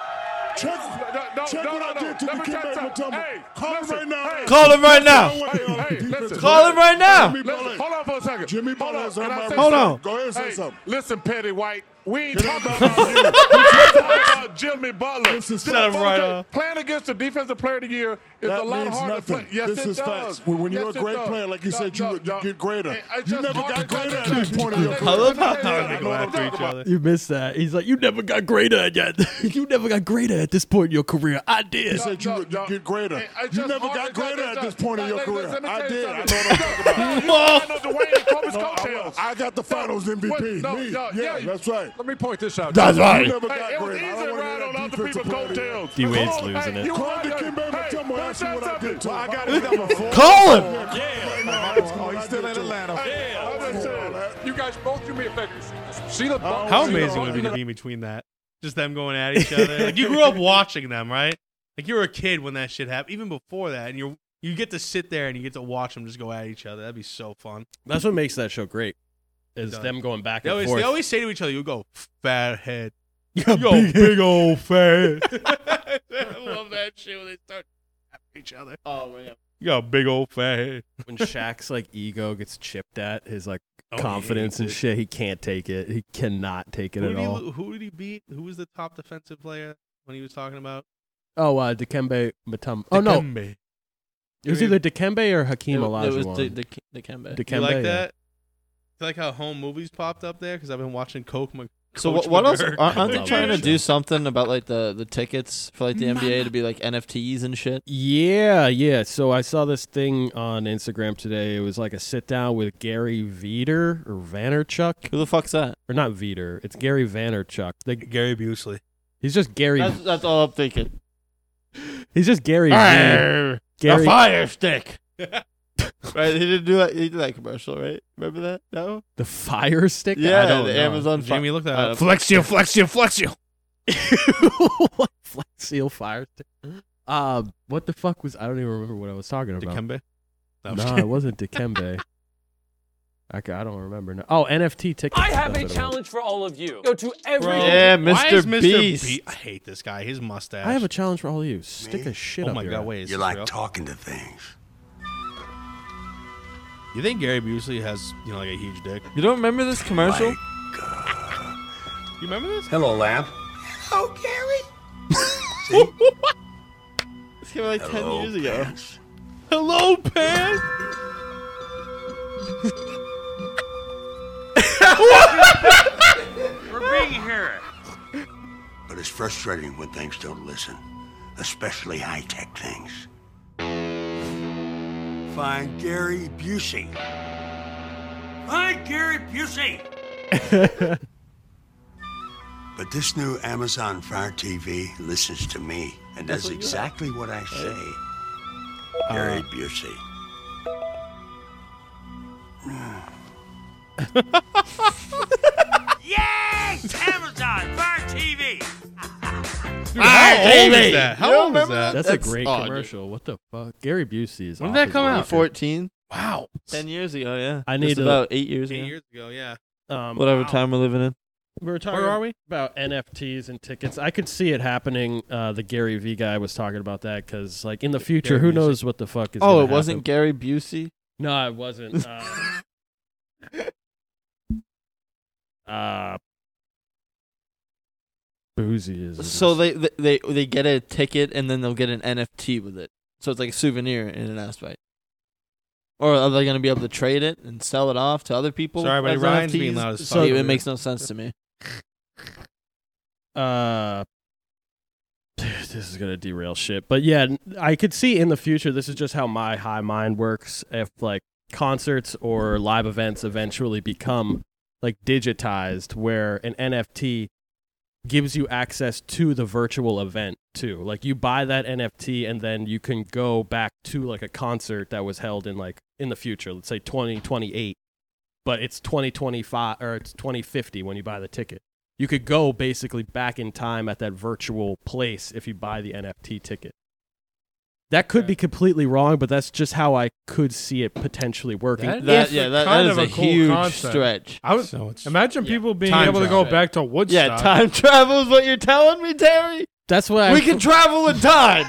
S8: Check,
S9: no,
S8: check
S9: no,
S8: what I
S9: no,
S8: did to
S9: let
S8: the
S9: me tell you
S8: Kimbe
S9: something.
S8: Mutombo.
S9: Hey,
S8: Call him
S9: listen,
S8: right now.
S9: hey.
S2: Call him right
S8: I
S2: now.
S8: don't wanna hear
S9: Hey,
S8: that
S9: hey,
S8: defensive
S9: listen.
S8: player.
S2: Call him right now.
S8: Jimmy
S9: Listen,
S8: Butler.
S9: hold on for a second.
S8: Jimmy Butler
S9: Hold
S8: is on
S9: Can I
S8: my
S9: say
S8: Hold
S9: something?
S8: on. Go ahead and say something.
S9: Listen, Petty White, we ain't
S8: It ain't
S9: talking
S8: about
S9: about you.
S8: you.
S9: We're talking about Jimmy Butler.
S8: This is-
S9: This
S8: Shut him
S9: folks
S8: right
S9: that-
S8: up.
S9: Playing against the defensive player of the year is
S8: That
S9: a lot
S8: means
S9: harder.
S8: nothing.
S9: Play. Yes,
S8: This
S9: it
S8: is
S9: does.
S8: facts. When- when you're
S9: Yes,
S8: a
S9: it
S8: great
S9: does.
S8: player, like you
S9: No,
S8: said, you
S9: no,
S8: would- you
S9: no.
S8: get greater.
S9: It- it's
S8: You
S9: just
S8: never got
S9: harder.
S8: greater at
S9: It's
S8: this point in your
S9: just-
S8: career. I
S2: love how
S9: Hey,
S2: they
S9: hey,
S3: go
S9: hey,
S3: after
S9: hey,
S3: each
S9: hey,
S3: other.
S1: You missed that. He's like, you never got greater at yet. you never got greater at this point in your career. I did.
S8: You said you
S9: no,
S8: would
S9: no.
S8: get greater.
S9: Hey, I
S8: You
S9: just
S8: never got
S9: hard-
S8: greater
S9: I-
S8: at
S9: I-
S8: this point in
S9: I-
S8: your
S9: let-
S8: career.
S9: let me
S8: I
S9: tell you
S8: did. I know
S9: something.
S8: what I'm talking about.
S9: No, no, Dwayne and Kobe's
S8: No, I-
S9: coattails.
S8: I got the Finals MVP.
S9: no,
S8: Me.
S9: no,
S8: Yeah,
S9: yeah,
S8: that's right.
S9: Let me point this out.
S8: That's right. You never
S9: Hey,
S8: got
S9: it was
S8: greater.
S9: easy to
S8: I don't want
S9: ride
S8: to
S9: on
S8: hear that
S9: other people's
S8: defensive player. of
S9: coattails.
S1: D Wade's
S9: Come on,
S1: losing
S9: hey,
S1: it.
S9: you
S8: Call
S9: want
S8: the
S9: that-
S8: Kim Baby
S9: hey,
S8: Tumble,
S9: let me
S8: ask him
S9: tell you
S8: what I did
S9: something.
S8: to him.
S9: Well, I got
S8: his
S9: his number four.
S2: Call him.
S8: the
S10: Oh, he's still in Atlanta.
S9: Hey, I'm just saying, You guys both do me a favor. See
S4: Oh.
S9: the
S8: don't
S3: How
S8: Well,
S3: amazing
S8: you
S3: would
S8: know,
S3: it be to be in between that? Just them going at each other. Like you grew up watching them, right? Like you were a kid when that shit happened, even before that, and you're you get to sit there and you get to watch them just go at each other. That'd be so fun.
S1: That's what makes that show great. Is
S3: Done.
S1: them going back
S3: They
S1: and
S3: always,
S1: forth.
S3: they always say to each other, "You go fat head,
S1: Yeah,
S3: yo
S1: big-
S3: big, old fat." head." I love that shit when they start at each other.
S2: Oh, man.
S3: You got a big old fat head.
S1: when Shaq's like ego gets chipped at, his like
S3: Oh, he
S1: confidence
S3: hates
S1: and
S3: it.
S1: shit, he can't take it. He cannot take it
S3: Who
S1: at
S3: did, he,
S1: all.
S3: lo- who did he beat? Who was the top defensive player when he was talking about?
S1: Oh, uh, Dikembe Mutombo. Oh no,
S3: Dikembe.
S1: it was
S3: Dikembe.
S1: either Dikembe or Hakeem
S2: It was
S1: Olajuwon.
S2: the, the, the Kembe.
S1: Dikembe.
S3: Do you
S1: yeah.
S3: like that? Do you like how home movies popped up there? Because I've been watching Coke. Mc-
S2: So
S3: Coach
S2: what, what else?
S3: McGurk.
S2: Aren't, aren't
S1: I
S2: they
S1: love
S2: trying to
S1: that show.
S2: do something about like the, the tickets for like the NBA to be like NFTs and shit?
S1: Yeah, yeah. So I saw this thing on Instagram today. It was like a sit down with Gary Veter or Vanerchuk
S2: Who the fuck's that?
S1: or not Veter. It's Gary Vanerchuk. The
S3: Gary Busey.
S1: He's just Gary.
S2: That's, that's all I'm thinking.
S1: He's just Gary. V.
S2: Arr,
S1: Gary.
S2: A fire stick. right? He didn't do that. He did that commercial, right? Remember that? No.
S1: The fire stick.
S2: Yeah,
S1: I don't
S2: the
S1: know.
S2: Amazon. fi- uh,
S3: Jamie, look that
S2: I
S3: up.
S2: don't know.
S4: Flex you, flex you, flex you.
S1: What Flex Seal fire stick. Um, what the fuck was? I don't even remember what I was talking about.
S3: Dikembe? No, I'm just
S1: No,
S3: kidding.
S1: it wasn't Dikembe. I, ca- I don't remember. Now. Oh, NFT tickets.
S11: I have a
S1: That's what it was.
S11: challenge for all of you. Go to every.
S3: Bro,
S2: Yeah,
S3: why
S2: Mr.
S3: is Mr.
S2: Beast.
S3: Be- I hate this guy. His mustache.
S1: I have a challenge for all of you. Stick a shit
S3: Oh
S1: up
S3: my
S1: your
S3: god,
S1: ass.
S3: wait. is
S9: You're
S3: this
S9: like
S3: real?
S9: talking to things.
S3: You think Gary Busey has you know like a huge dick?
S2: You don't remember this commercial?
S3: You remember this?
S9: Hello, lamp.
S2: This came out like ten years ago.
S3: Hello, Pan.
S9: But it's frustrating when things don't listen, especially high tech things. Find Gary Busey. Find Gary Busey! but this new Amazon Fire TV listens to me and does exactly what I say. Gary Busey. yes! Amazon Fire TV!
S3: Dude, how old is that? How
S2: You don't
S3: old is
S2: remember
S3: that?
S1: That's,
S2: That's
S1: a great
S2: odd, dude.
S1: commercial. What the fuck? Gary Busey is.
S3: When
S1: off
S3: did that
S1: his
S3: come
S1: rocker.
S3: out?
S2: 14.
S3: Wow.
S2: 10 years ago, yeah.
S1: I
S2: Just
S1: need to-
S2: about eight years ago.
S3: Eight years ago, yeah.
S1: Um,
S2: Whatever
S3: Wow.
S2: time we're living in.
S1: we were talking.
S3: Where are we?
S1: about NFTs and tickets. I could see it happening. Uh, the Gary V guy was talking about that because, like, in the future,
S3: Gary
S1: who
S3: Busey.
S1: knows what the fuck is.
S2: Oh,
S1: gonna
S2: it wasn't
S1: happen.
S2: Gary Busey.
S1: no, it wasn't. Uh, uh, boozy is.
S2: So they, they they they get a ticket and then they'll get an NFT with it. So it's like a souvenir in an aspect. Or are they going to be able to trade it and sell it off to other people?
S3: Sorry, buddy,
S2: as
S3: Ryan's being
S2: NFTs?
S3: loud as
S2: So
S3: fuck.
S2: it makes no sense to me.
S1: uh this is gonna derail shit but yeah n- i could see in the future this is just how my high mind works if like concerts or live events eventually become like digitized where an nft gives you access to the virtual event too like you buy that nft and then you can go back to like a concert that was held in like in the future let's say 2028 but it's 2025 or it's 2050 when you buy the ticket you could go basically back in time at that virtual place if you buy the NFT ticket. That could be completely wrong, but that's just how I could see it potentially working.
S4: That-
S2: That,
S4: It's
S2: yeah,
S4: a
S2: that, that
S4: kind
S2: is
S4: of
S2: a,
S4: a cool
S2: huge
S4: concept.
S2: stretch.
S4: I would
S3: So it's-
S4: imagine
S3: yeah.
S4: people being
S3: Time
S4: able to
S3: travel.
S4: go back to Woodstock.
S2: Yeah, time travel is what you're telling me, Terry?
S1: that's what I
S2: we can travel in time.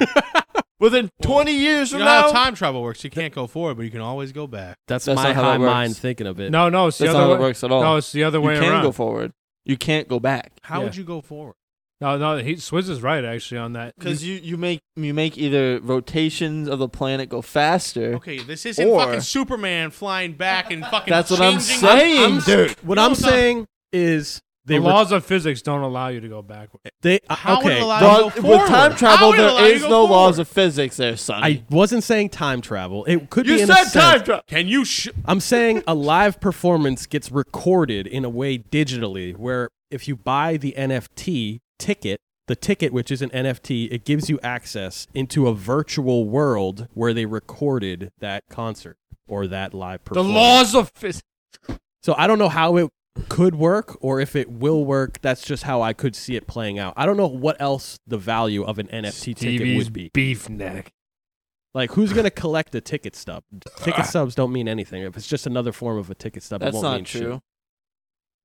S2: Within 20 years
S3: You
S2: from
S3: know how
S2: now.
S3: time travel works. You can't go forward, but you can always go back.
S1: that's,
S2: That's
S1: my
S2: not how that
S1: high mind
S2: works.
S1: thinking of it.
S4: No, no, it's the
S2: That's
S4: other
S2: not how
S4: way.
S2: it works at all.
S4: No, it's the other way
S2: you can
S4: around.
S2: go forward. You can't go back.
S3: How
S4: Yeah.
S3: would you go forward?
S4: no, no, he, Swizz is right actually on that.
S2: Because you, you make you make either rotations of the planet go faster.
S3: Okay, this isn't
S2: Or-
S3: fucking Superman flying back and fucking.
S2: That's what I'm
S3: changing-
S2: saying,
S3: I'm-
S2: dude.
S1: What
S3: No,
S1: I'm
S3: it's not-
S1: saying is
S4: the
S1: they were-
S4: laws of physics don't allow you to go backwards.
S1: they uh,
S3: How would it
S1: okay.
S3: allow
S1: the-
S3: you
S2: Well,
S3: go forward?
S2: with time
S3: How
S2: travel,
S3: would it allow
S2: there
S3: you
S2: is
S3: to go
S2: no laws
S3: forward?
S2: of physics there, Sonny.
S1: I wasn't saying time travel. It could
S2: you
S1: be in a
S2: said time
S1: sense.
S2: travel.
S3: Can you? Sh-
S1: I'm saying a live performance gets recorded in a way digitally where if you buy the NFT ticket, the ticket which is an NFT, it gives you access into a virtual world where they recorded that concert or that live
S4: The
S1: performance.
S4: laws of physics.
S1: So I don't know how it could work or if it will work. That's just how I could see it playing out. I don't know what else the value of an NFT ticket
S4: Stevie's
S1: would be.
S4: beef neck.
S1: Like who's going to collect the ticket stub?
S2: Uh,
S1: Ticket stubs don't mean anything. If it's just another form of a ticket stub, it
S2: That's
S1: won't mean
S2: not
S1: shit.
S2: true.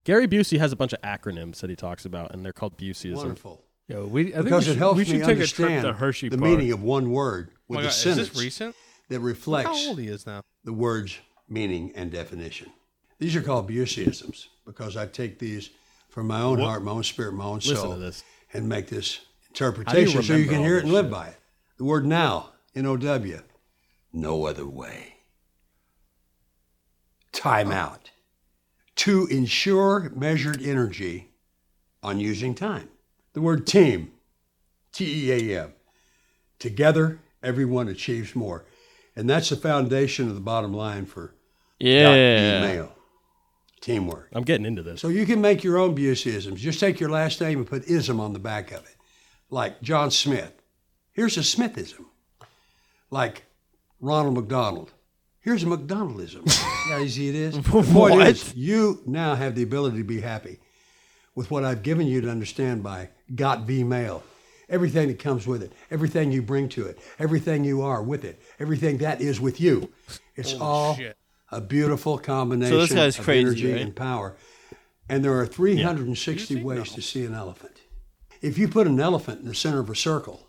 S1: Gary Busey has a bunch of acronyms that he talks about, and they're called Buseyism.
S9: Wonderful.
S4: Yo, we, I think
S9: Because
S4: we
S9: it
S4: should,
S9: helps
S4: we should
S9: me
S4: take a trip
S9: understand
S4: to Hershey
S9: the
S4: Park.
S9: meaning of one word
S3: oh
S9: with
S3: my
S9: a
S3: God, is
S9: sentence
S3: this recent?
S9: that
S3: Look
S9: reflects
S3: How old he is now?
S9: the word's meaning and definition. These are called Buseyisms because I take these from my own heart, my own spirit, my own
S1: Listen
S9: soul,
S1: to this.
S9: and make this interpretation so you
S1: remember
S9: can
S1: all
S9: hear it
S1: this
S9: and live
S1: shit?
S9: by it. The word now, N O W, no other way. Time out. To ensure measured energy on using time. The word team, T E A M. Together, everyone achieves more. And that's the foundation of the bottom line for Dr.
S2: Yeah.
S9: Mayo. E Teamwork.
S1: I'm getting into this.
S9: So you can make your own Buseisms. Just take your last name and put ism on the back of it. Like John Smith. Here's a Smithism. Like Ronald McDonald. Here's a McDonaldism. See How easy it is? The point
S2: What?
S9: is, you now have the ability to be happy with what I've given you to understand by got v mail. Everything that comes with it, everything you bring to it, everything you are with it, everything that is with you. It's all
S3: shit.
S9: a beautiful combination
S2: So this guy's
S9: of
S2: crazy,
S9: energy
S2: right?
S9: and power. And there are 360 ways to see an elephant. If you put an elephant in the center of a circle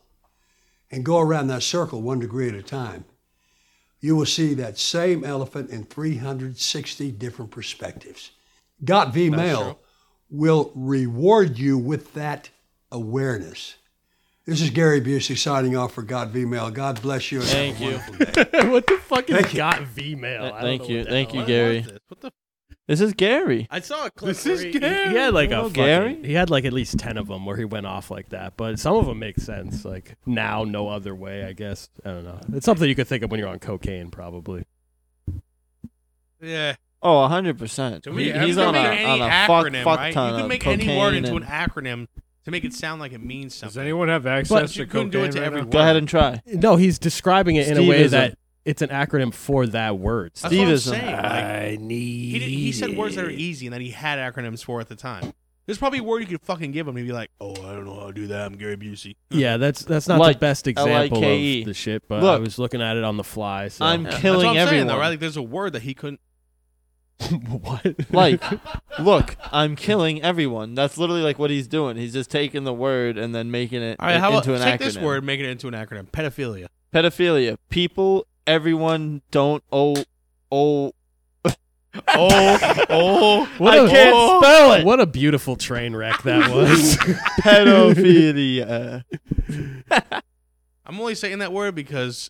S9: and go around that circle one degree at a time, you will see that same elephant in 360 different perspectives. Got V
S4: That's
S9: Mail will reward you with that awareness. This is Gary Busey signing off for God V Mail. God bless you. And have a
S2: Thank you.
S9: wonderful
S1: what the fuck
S9: Thank
S1: is
S9: you.
S1: got V mail?
S2: Th-
S1: I don't
S2: Thank
S1: know
S2: you,
S1: what the
S2: thank
S1: hell
S2: you,
S1: that
S2: Gary.
S1: was.
S2: This?
S3: What the?
S2: is Gary.
S1: I saw a clip.
S3: This is
S1: where he,
S3: Gary.
S1: he had like a
S2: Hello,
S1: fucking,
S2: Gary.
S1: He had like at least ten of them where he went off like that, but some of them make sense. Like now, no other way. I guess I don't know. It's something you could think of when you're on cocaine, probably.
S3: Yeah.
S2: Oh, hundred percent.
S3: To me,
S2: He-
S3: you
S2: he's
S3: can
S2: on a,
S3: make
S2: on
S3: any
S2: a fuck,
S3: acronym,
S2: fuck
S3: right?
S2: ton
S3: You can
S2: of
S3: make
S2: cocaine.
S3: any word into an
S2: and-
S3: acronym to make it sound like it means something.
S4: Does anyone have access
S1: But
S4: to
S3: you couldn't do it
S4: cocaine
S3: to
S4: right
S3: every
S4: now?
S3: word.
S2: Go ahead and try.
S1: No, he's describing it in a way
S2: Steveism.
S1: that it's an acronym for that word.
S3: That's what I'm
S2: Steveism.
S3: saying. Like,
S4: need.
S3: he, did, he said words that are easy and that he had acronyms for at the time. There's probably a word you could fucking give him. He'd be like, "Oh, I don't know how to do that. I'm Gary Busey."
S1: Yeah, that's that's not
S2: Like
S1: the best example
S2: L.I.K.E..
S1: of the shit, but I
S2: E. Look.
S1: was looking at it on the fly. So.
S2: I'm
S3: Yeah,
S2: killing
S3: That's what I'm saying,
S2: everyone.
S3: though, right? Like, there's a word that he couldn't.
S1: what?
S2: like, look, I'm killing everyone. That's literally like what he's doing. He's just taking the word and then making it
S3: All right, how about
S2: into
S3: take
S2: an acronym.
S3: this word, make it into an acronym? Pedophilia.
S2: Pedophilia. People, everyone, don't. Oh, oh,
S3: Oh, oh,
S1: what
S2: I
S1: a
S2: can't spell it.
S1: What a beautiful train wreck that was.
S2: pedophilia.
S3: I'm only saying that word because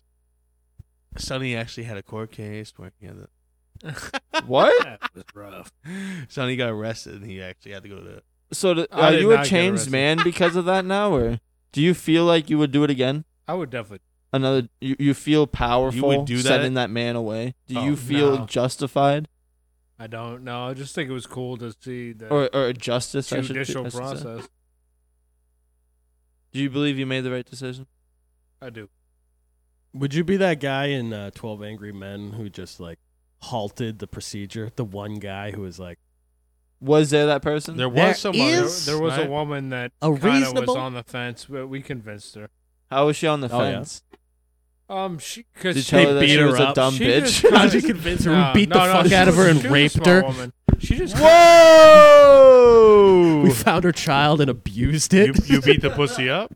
S3: Sonny actually had a court case where he had the
S2: what?
S3: Sonny got arrested and he actually had to go to.
S2: So, th-
S4: I
S2: are
S4: did
S2: you a
S4: not get
S2: changed
S4: arrested.
S2: man because of that now, or do you feel like you would do it again?
S4: I would definitely.
S2: Another, you, you feel powerful
S3: do that?
S2: sending that man away. Do
S3: Oh,
S2: you feel
S4: no.
S2: justified
S4: I don't know. I just think it was cool to see the
S2: or or justice? I should-
S4: judicial
S2: I should say.
S4: process.
S2: Do you believe you made the right decision?
S4: I do.
S1: Would you be that guy in uh, Twelve Angry Men who just like halted the procedure? The one guy who was like
S2: Was there that person?
S3: There was
S1: There
S3: someone.
S1: is-
S4: There was
S3: right?
S4: a woman that
S1: A
S4: kind of was
S1: reasonable-
S4: on the fence, but we convinced her.
S2: How was she on the
S1: Oh, yeah.
S2: fence?
S4: Um, she
S2: Did
S4: because
S2: you tell her that
S1: beat
S2: she
S1: her
S2: was
S1: up.
S2: a dumb
S4: She
S2: bitch?
S4: just-
S1: How did you convince her? we beat the fuck
S4: she
S1: out of
S4: was-
S1: her and
S4: she was a
S1: raped
S4: smart
S1: her.
S4: Woman. She just
S1: We
S2: Whoa!
S1: found her child and abused it.
S3: you beat the pussy up.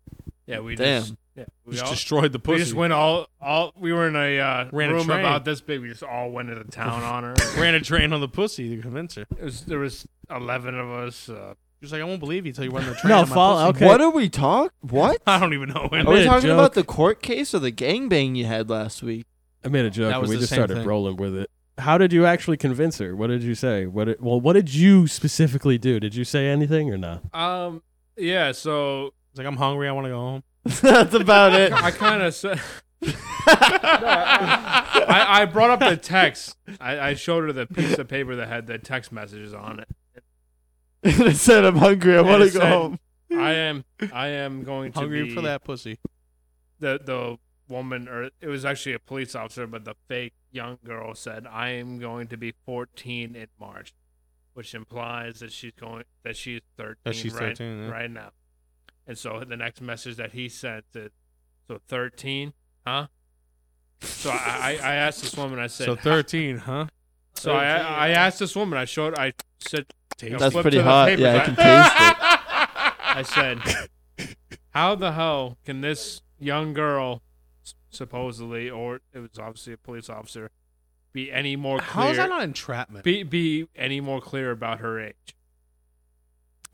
S4: yeah, we just
S2: Damn.
S4: yeah, we,
S3: Just
S4: all,
S3: destroyed the
S4: we
S3: pussy.
S4: just went all all. We were in a uh,
S3: Ran a
S4: room
S3: train.
S4: about this big. We just all went into town on her.
S3: Ran a train on the pussy to convince her.
S4: It was, there was eleven of us. Uh,
S3: She was like, "I won't believe you till you run the train."
S1: no,
S3: on my
S1: fall.
S3: pussy."
S1: Okay.
S2: What are we talk? What?
S3: I don't even know. When.
S2: Are we
S1: made a
S2: talking about the
S1: joke.
S2: court case or the gangbang you had last week?
S1: I made a joke
S3: That
S1: and
S3: was
S1: we
S3: the
S1: just
S3: same
S1: started
S3: thing.
S1: rolling with it. How did you actually convince her? What did you say? What? Did, well, what did you specifically do? Did you say anything or not?
S4: um, yeah. So
S3: It's like I'm hungry. I want to go home.
S2: That's about it.
S4: I kind of said. I, I brought up the text. I, I showed her the piece of paper that had the text messages on it.
S2: I said I'm hungry. I
S4: And
S2: want to
S4: it
S2: go
S4: said,
S2: home.
S4: I am. I am going to
S3: Hungry
S4: be
S3: for that pussy.
S4: The the woman, or it was actually a police officer, but the fake young girl said, "I am going to be 14 in March," which implies that she's going that she's 13.
S3: That she's
S4: right,
S3: 13, yeah.
S4: right now. And so the next message that he sent is, "So 13, huh?" So I, I I asked this woman. I said,
S3: So 13, huh?
S4: So I, I asked this woman. I showed. I said, you know,
S2: That's
S4: flipped
S2: pretty
S4: to the
S2: hot.
S4: papers,
S2: Yeah, I
S4: I-
S2: can taste it.
S4: I said, "How the hell can this young girl, s- supposedly, or it was obviously a police officer, be any more clear?
S3: How is that not entrapment?
S4: be be any more clear about her age?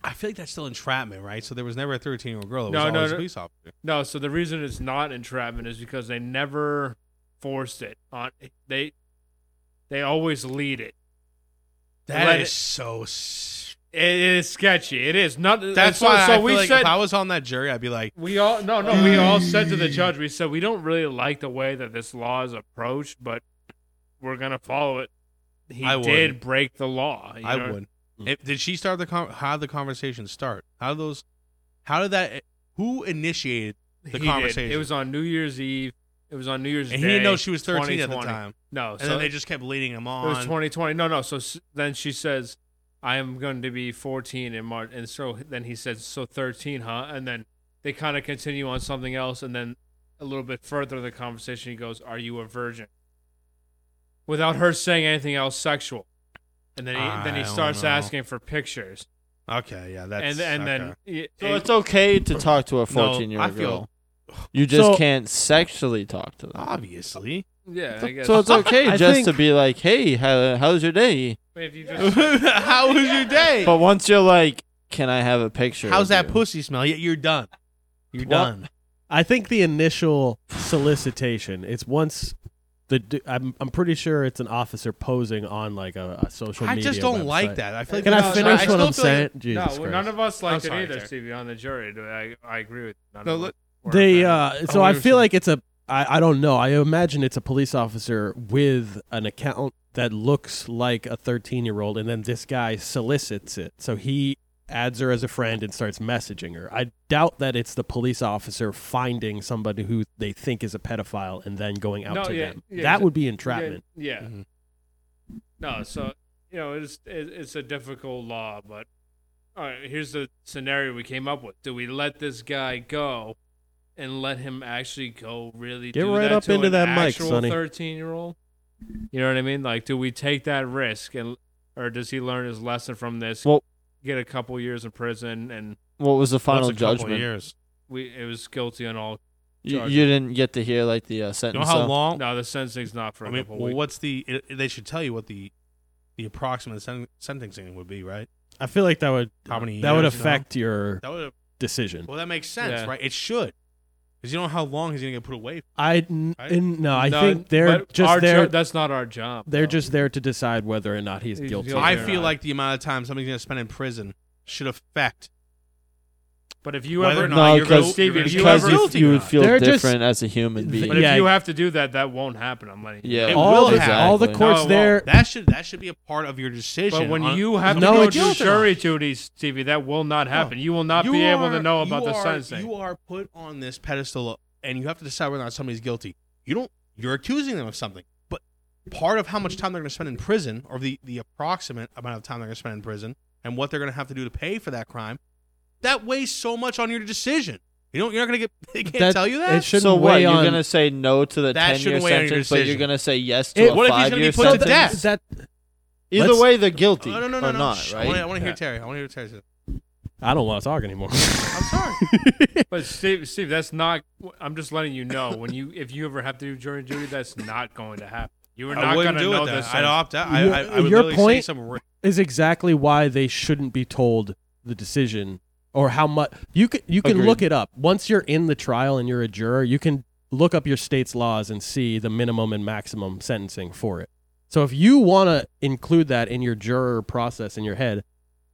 S3: I feel like that's still entrapment, right? So there was never a 13 year old girl. It
S4: No,
S3: was
S4: no,
S3: always a
S4: no.
S3: police officer.
S4: No. So the reason it's not entrapment is because they never forced it on. They they always lead it.
S3: That
S4: Let
S3: is
S4: it-
S3: so. s-
S4: It is sketchy. It is not.
S3: That's
S4: so,
S3: why.
S4: So
S3: I feel
S4: we
S3: like
S4: said
S3: if I was on that jury, I'd be like,
S4: We all no no. We all said to
S3: Mm.
S4: the judge, we said we don't really like the way that this law is approached, but we're gonna follow it. he
S3: I
S4: did
S3: would.
S4: break the law. you
S3: I
S4: know?
S3: would. If, did she start the con- how did the conversation start? How did those? How did that? Who initiated
S4: He
S3: the
S4: did.
S3: conversation?
S4: It was on New Year's Eve. It was on New Year's
S3: And
S4: Day.
S3: he didn't know she was 13 at the
S4: 2020.
S3: time.
S4: No,
S3: And then they just kept leading him
S4: It was
S3: on.
S4: 2020. No, no. So s- then she says, "I am going to be 14 in March," and so then he says, "So 13, huh?" And then they kind of continue on something else, and then a little bit further in the conversation, he goes, "Are you a virgin?" Without her saying anything else sexual, and then he, then
S3: I
S4: he
S3: don't
S4: starts
S3: know.
S4: asking for pictures.
S3: okay, yeah, that's
S4: and and
S3: okay.
S4: then it-
S2: So
S4: it-
S2: it's okay to talk to
S3: No,
S2: a 14 year
S3: I
S2: old
S3: feel-
S2: girl. You just
S3: So-
S2: can't sexually talk to them.
S3: obviously.
S4: Yeah, I guess.
S2: So it's okay
S1: I
S2: just to
S1: think-
S2: be like, hey, how, how's your day?
S4: If you just
S3: How was your day?
S2: But once you're like, can I have a picture?
S3: How's
S2: of
S3: that
S2: you?"
S3: pussy smell? Yet you're done. You're
S1: Well,
S3: done.
S1: I think the initial solicitation. It's once the d- I'm I'm pretty sure it's an officer posing on like a, a social
S3: I
S1: media.
S3: just don't like
S1: website.
S3: that. I feel like
S1: Can
S3: no,
S1: I finish
S3: I
S1: what
S3: still
S1: I'm
S3: feel like-
S1: saying?
S3: no,
S1: Jesus
S4: no,
S1: Christ.
S4: none of us liked
S3: I'm
S4: it
S3: sorry,
S4: either,
S3: Terry.
S4: Stevie, on the jury. I, I agree with you. None
S3: No,
S4: of
S3: let-
S4: us were
S1: They
S4: offended.
S1: uh so
S4: Oh,
S1: I
S4: we were
S1: feel like it's a I, I don't know. I imagine it's a police officer with an account that looks like a 13-year-old and then this guy solicits it. So he adds her as a friend and starts messaging her. I doubt that it's the police officer finding somebody who they think is a pedophile and then going out
S4: No,
S1: to
S4: yeah,
S1: them.
S4: yeah,
S1: that
S4: exa-
S1: would be entrapment.
S4: Yeah. yeah.
S1: Mm-hmm.
S4: No, so you know it's it- it's a difficult law, but all right, here's the scenario we came up with: Do we let this guy go, and let him actually go really
S1: Get
S4: do
S1: right
S4: that
S1: up
S4: to
S1: into
S4: an
S1: that mic,
S4: actual
S1: sonny.
S4: thirteen-year-old? You know what I mean? Like, do we take that risk, and or does he learn his lesson from this?
S2: Well-
S4: get a couple years in prison, and
S2: What was the final
S3: That's a couple
S2: judgment?
S3: years.
S4: we it was guilty on all.
S2: You,
S4: charges.
S2: you didn't get to hear like the uh,
S3: You
S2: sentence.
S3: know how
S2: though?
S3: long?
S4: No, the sentencing's not for a
S3: I mean,
S4: couple
S3: well,
S4: weeks.
S3: what's the? It, they should tell you what the the approximate sen- sentencing would be, right?
S1: I feel like that would
S3: How many
S1: that would
S3: years, you know?
S1: affect your
S3: That would.
S1: decision.
S3: Well, that makes sense,
S4: Yeah.
S3: right? It should, because you don't know how long he's gonna get put away.
S1: I n-
S3: Right?
S1: n- no, I
S4: No,
S1: think they're
S4: but
S1: just
S4: our
S1: there.
S4: jo- that's not our job.
S1: they're
S4: though.
S1: just there to decide whether or not he's
S4: He's
S1: guilty.
S4: guilty.
S1: or
S3: I
S1: not.
S4: they're
S3: feel
S4: not.
S3: like the amount of time somebody's gonna spend in prison should affect.
S4: But if you
S3: Whether
S4: ever
S3: or not
S2: No,
S3: you're
S2: because
S3: guilty-
S4: Steve,
S3: you're
S4: if you
S2: because
S4: ever-
S2: you,
S3: guilty
S2: you
S3: or
S2: would
S3: not.
S2: feel
S1: They're just-
S2: different as a human
S1: But
S2: being.
S4: But
S1: Yeah.
S4: if you have to do that, that won't happen. I'm letting you.
S2: Yeah.
S3: It
S1: all
S3: will
S1: the
S3: happen.
S1: all the
S2: No,
S1: courts
S4: it
S1: there.
S3: That should that should be a part of your decision.
S4: But when
S3: on-
S4: you have
S1: No,
S4: to go
S1: it's
S4: do
S1: guilty.
S4: jury duty, Stevie, that will not happen. You will not
S3: You
S4: be able to
S3: are-
S4: know about
S3: you
S4: the
S3: are-
S4: sentencing.
S3: You are put on this pedestal, and you have to decide whether or not somebody's guilty. You don't. You're accusing them of something, but part of how much time they're going to spend in prison, or the the approximate amount of time they're going to spend in prison, and what they're going to have to do to pay for that crime, that weighs so much on your decision. You don't. You're not going to get. They can't
S1: That-
S3: tell you that.
S1: it shouldn't
S2: so what?
S1: weigh
S2: You're
S1: on-
S2: gonna say no to the
S3: That
S2: ten year
S3: shouldn't weigh on your
S2: sentence, but you're
S3: decision.
S2: gonna say yes to
S1: It-
S2: a
S3: what if he's
S2: five
S3: gonna be
S2: year
S3: put to
S2: sentence.
S3: death?
S1: That
S2: Either
S1: Let's-
S2: way, they're guilty
S3: Oh, no, no, no,
S2: or
S3: no, no.
S2: not,
S3: Shh, I
S2: right?
S3: wanna- I want to hear Terry. I want to hear Terry's.
S1: I don't want to talk anymore.
S3: I'm sorry.
S4: but Steve, Steve, that's not. I'm just letting you know when you if you ever have to do jury duty, that's not going to happen. You are
S3: I
S4: not going
S3: wouldn't
S4: to
S3: do
S4: know
S3: it.
S4: this.
S3: Then. I'd opt out. I,
S1: Your-
S3: I, I would
S1: your
S3: literally say
S1: point-
S3: some. ra-
S1: is exactly why they shouldn't be told the decision or how much you can you can
S2: Agreed.
S1: look it up once you're in the trial and you're a juror you can look up your state's laws and see the minimum and maximum sentencing for it so if you want to include that in your juror process in your head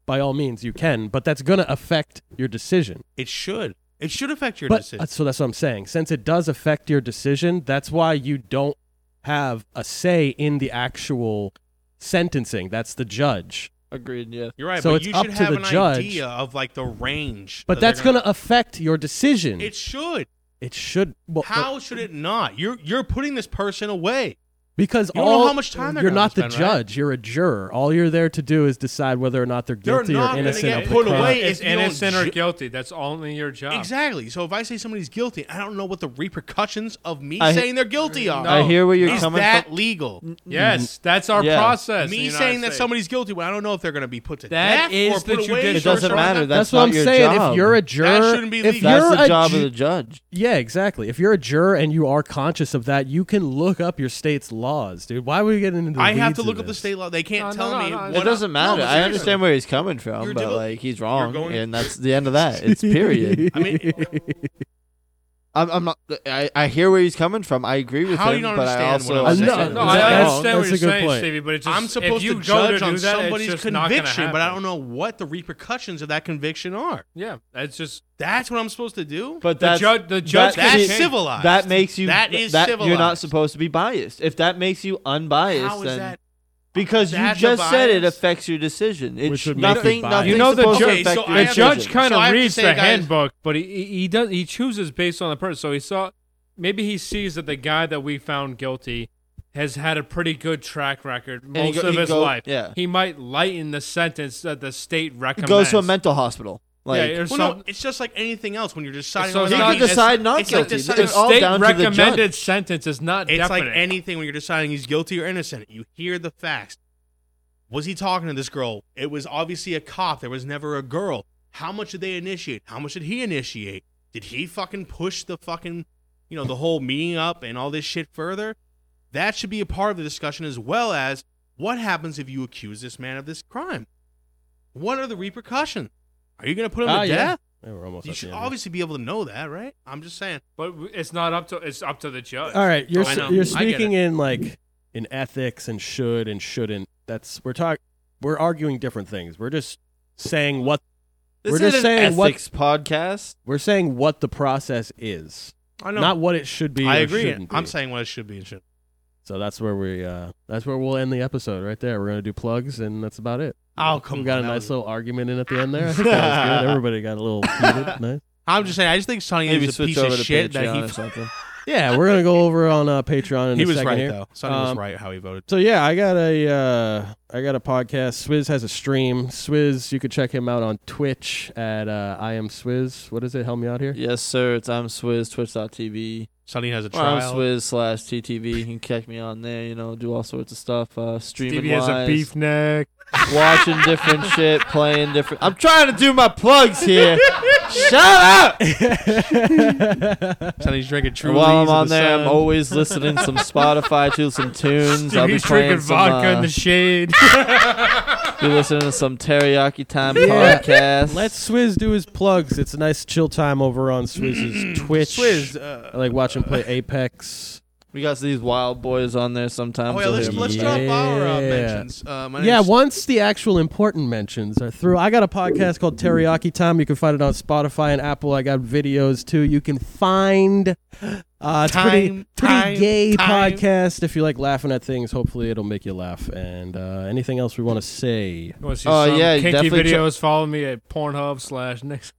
S1: by all means you can but that's going to affect your decision
S3: It should. It should affect your
S1: but uh,
S3: decision.
S1: so that's what i'm saying since it does affect your decision that's why you don't have a say in the actual sentencing that's the judge
S2: Agreed. Yeah.
S3: You're right,
S1: So
S3: but
S1: it's
S3: you
S1: up
S3: should
S1: to
S3: have
S1: the
S3: an
S1: judge.
S3: idea of like the range.
S1: But
S3: that they're
S1: that's going to affect your decision.
S3: It
S1: It,
S3: should.
S1: should. Well,
S3: How should it not? You're you're putting this person away.
S1: Because
S3: You don't know
S1: all
S3: how much time they're
S1: you're
S3: gonna
S1: not the
S3: spend, right?
S1: judge. You're a juror. All you're there to do is decide whether or not they're
S3: They're
S1: guilty
S3: not
S1: or
S3: gonna
S1: innocent.
S3: get
S1: of the
S3: put
S1: crime.
S3: away
S4: It's
S3: if you don't
S4: innocent or
S3: ju-
S4: guilty. That's only your job.
S3: Exactly. So if I say somebody's guilty, I don't know what the repercussions of me
S2: I-
S3: saying they're guilty are.
S2: I hear where you're
S3: Is
S2: coming
S3: that
S2: from.
S3: legal?
S4: Yes, that's our
S2: Yeah.
S4: process. in
S3: me
S4: the United
S3: saying that
S4: States.
S3: somebody's guilty when I don't know if they're going to be put to
S4: That
S3: death
S4: is
S3: or put
S4: the
S3: away.
S4: judicial
S3: or
S2: It doesn't
S3: something.
S2: matter. That's,
S1: That's, what
S2: not
S1: I'm
S2: your
S1: saying.
S2: Job.
S1: If you're a juror,
S3: shouldn't be
S1: if
S3: legal.
S1: you're
S2: that's the
S1: a
S2: job
S1: ju-
S2: of the judge.
S1: yeah, exactly. If you're a juror and you are conscious of that, you can look up your state's laws, dude. Why are we getting into? The
S3: I have
S1: weeds
S3: to
S1: of
S3: look up the
S1: this?
S3: state law. They
S4: No,
S3: can't
S4: no,
S3: tell
S4: no,
S3: me.
S4: no, no.
S3: what
S2: It
S4: Why
S3: I-
S2: doesn't matter.
S3: No, but
S2: I understand
S3: seriously.
S2: where he's coming from,
S3: You're
S2: but
S3: devel-
S2: like he's
S3: you're
S2: wrong,
S3: going-
S2: and that's the end of that. It's period.
S3: I mean,
S2: I'm, I'm not. I, I hear where he's coming from. I agree with
S3: How do
S2: him,
S3: you not
S2: but I
S3: understand what
S2: also
S3: I'm
S1: saying?
S2: understand
S1: No,
S4: No,
S2: where
S1: That's
S4: I
S2: he's
S1: a-
S2: going.
S4: understand
S1: that's
S4: what you're
S1: a good
S4: saying,
S1: point.
S4: Stevie, but it's just
S3: I'm supposed
S4: if you
S3: to
S4: go
S3: judge
S4: do
S3: on
S4: that,
S3: somebody's
S4: it's just not gonna
S3: conviction, but I
S4: happen.
S3: don't know what the repercussions of that conviction are.
S4: Yeah, it's just
S3: That's what I'm supposed to do.
S2: But
S4: the
S2: that's,
S4: judge. The
S3: that's
S4: judge. can
S2: see,
S4: change.
S3: civil- civilized.
S2: That makes you.
S3: That is
S2: You're not
S3: civilized.
S2: supposed to be biased. If that makes you unbiased,
S3: How is
S2: then
S3: that?
S2: Because you
S4: That's a
S2: just said it
S4: bias?
S2: affects your decision. It's
S1: Which would make you
S2: nothing.
S1: biased.
S2: nothing's
S4: You know the
S2: supposed to
S4: judge.
S2: affect your
S4: the judge
S2: decision.
S4: kind
S3: So I
S4: of
S3: have to
S4: reads
S3: say,
S4: the
S3: guys-
S4: handbook, but he- he he does he chooses based on the person. So he saw maybe he sees that the guy that we found guilty has had a pretty good track record
S2: he
S4: most
S2: go-
S4: of
S2: he
S4: his
S2: go-
S4: life.
S2: yeah.
S4: he might lighten the sentence that the state
S2: It
S4: recommends.
S2: goes to a mental hospital.
S4: Yeah,
S2: Like
S4: or
S3: Well,
S4: some-
S3: no, it's just like anything else when you're deciding.
S4: So
S3: on
S4: it's
S3: a
S4: not-
S3: case,
S4: You could
S2: decide not
S3: it's like
S2: guilty.
S3: deciding
S2: It's
S3: on-
S2: all
S4: state
S2: down to the judge.
S4: recommended sentence is not
S3: It's like
S4: definite.
S3: anything when you're deciding he's guilty or innocent. You hear the facts. Was he talking to this girl? It was obviously a cop. There was never a girl. How much did they initiate? How much did he initiate? Did he fucking push the fucking, you know, the whole meeting up and all this shit further? That should be a part of the discussion as well as what happens if you accuse this man of this crime? What are the repercussions? Are you going to put him
S2: Ah,
S3: to
S2: yeah.
S3: death?
S1: Yeah, we're almost
S3: You
S1: at the
S3: should
S1: end.
S3: obviously be able to know that, right? I'm just saying.
S4: but it's not up to it's up to the judge.
S1: All right, you're
S3: I
S1: s-
S3: know.
S1: you're
S3: I get
S1: speaking in like in ethics and should and shouldn't. That's we're talking. We're arguing different things. We're just saying what
S2: This
S1: we're
S2: isn't
S1: just
S2: an
S1: saying what
S2: ethics podcast.
S1: we're saying what the process is,
S3: I know.
S1: not what it should be.
S3: I
S1: or
S3: agree.
S1: shouldn't
S3: I'm
S1: be.
S3: saying what it should be and should.
S1: So that's where we uh that's where we'll end the episode right there. We're gonna do plugs and that's about it.
S3: Oh, come
S1: we got
S3: on,
S1: a
S3: that
S1: nice
S3: was-
S1: little argument in at the end there. I think that was good. Everybody got a little heated. Nice.
S3: I'm just saying. I just think Sonny
S2: Maybe
S3: is a
S2: switch
S3: piece
S2: over
S3: of
S2: to
S3: shit
S2: Patreon or
S3: that he.
S2: something.
S1: Yeah, we're gonna go over on uh, Patreon. In
S3: He
S1: a
S3: was
S1: second
S3: right
S1: here.
S3: though. Sonny was
S1: Um,
S3: right how he voted.
S1: So yeah, I got a uh, I got a podcast. Swizz has a stream. Swizz, you could check him out on Twitch at uh, I am Swizz. What is it? Help me out here.
S2: Yes, sir. It's I'm Swizz, twitch.tv.
S3: Sonny has a
S2: Or I'm
S3: trial.
S2: Swizz slash TTV. You can catch me on there, you know, do all sorts of stuff. Uh, streaming
S4: Stevie has a
S2: wise,
S4: beef neck.
S2: watching different shit, playing different. I'm trying to do my plugs here. Shut up!
S3: Sonny's drinking Trulies.
S2: While I'm
S3: in
S2: on
S3: the
S2: there, I'm
S3: sun.
S2: always listening some Spotify to some tunes. I'll be
S4: Stevie's drinking
S2: playing some,
S4: vodka in
S2: uh,
S4: the shade.
S2: be listening to some Teriyaki Time
S1: Yeah.
S2: podcast.
S1: Let Swizz do his plugs. It's a nice chill time over on Swizz's Twitch.
S3: Swizz. Uh,
S1: I like watch him play Apex.
S2: we got these wild boys on there sometimes.
S3: oh yeah,
S2: you'll
S3: let's,
S2: hear
S3: let's
S2: me.
S3: drop our uh,
S1: Yeah.
S3: mentions. Uh, my
S1: Yeah,
S3: name's-
S1: once the actual important mentions are through, I got a podcast called Teriyaki Time. You can find it on Spotify and Apple. I got videos too. You can find uh, it's a pretty
S3: Time,
S1: pretty
S3: time,
S1: gay
S3: time.
S1: podcast. If you like laughing at things, hopefully it'll make you laugh. And uh, anything else we want to say?
S4: Want to see
S2: Oh,
S4: some
S2: yeah, you
S4: kinky
S2: definitely check-
S4: videos? follow me at Pornhub slash next.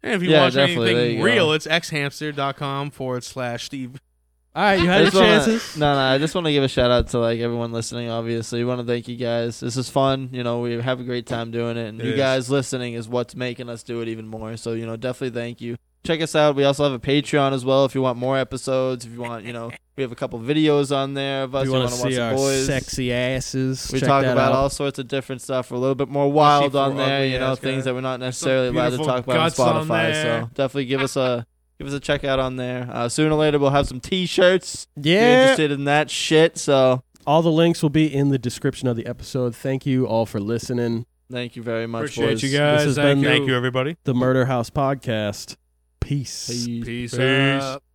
S3: And if you
S2: Yeah,
S3: watch
S2: definitely, there
S3: anything
S2: you
S3: real,
S2: go.
S3: it's xhamster.com forward slash Steve.
S1: All right, you
S2: I
S1: had your
S2: just wanna-
S1: chances.
S2: no, no. I just want to give a shout out to like everyone listening. Obviously, want to thank you guys. This is fun. You know, we have a great time doing it, and
S3: It
S2: you
S3: is.
S2: guys listening is what's making us do it even more. So you know, definitely thank you. Check us out. We also have a Patreon as well. If you want more episodes, if you want, you know, we have a couple videos on there of us.
S1: If you
S2: want
S1: want to see
S2: watch
S1: our
S2: the boys.
S1: sexy asses?
S2: We
S1: check
S2: talk
S1: that
S2: about
S1: out.
S2: all sorts of different stuff. We're a little bit more wild
S3: four
S2: on there, you know,
S3: ugly-ass
S2: things
S3: guys.
S2: that we're not necessarily allowed to
S4: beautiful
S2: talk about on
S4: guts on
S2: Spotify.
S4: there.
S2: so definitely give us a give us a check out on there. Uh, sooner or later, we'll have some T-shirts. If you're
S1: Yeah,
S2: interested in that shit, so
S1: all the links will be in the description of the episode. Thank you all for listening.
S2: thank you very much,
S4: Appreciate
S2: boys.
S4: you guys.
S1: has
S4: Thank
S1: been-
S4: you.
S3: Thank you, everybody.
S1: The Murder House Podcast. Peace.
S2: Peace.
S4: Peace.
S3: Peace.
S4: out.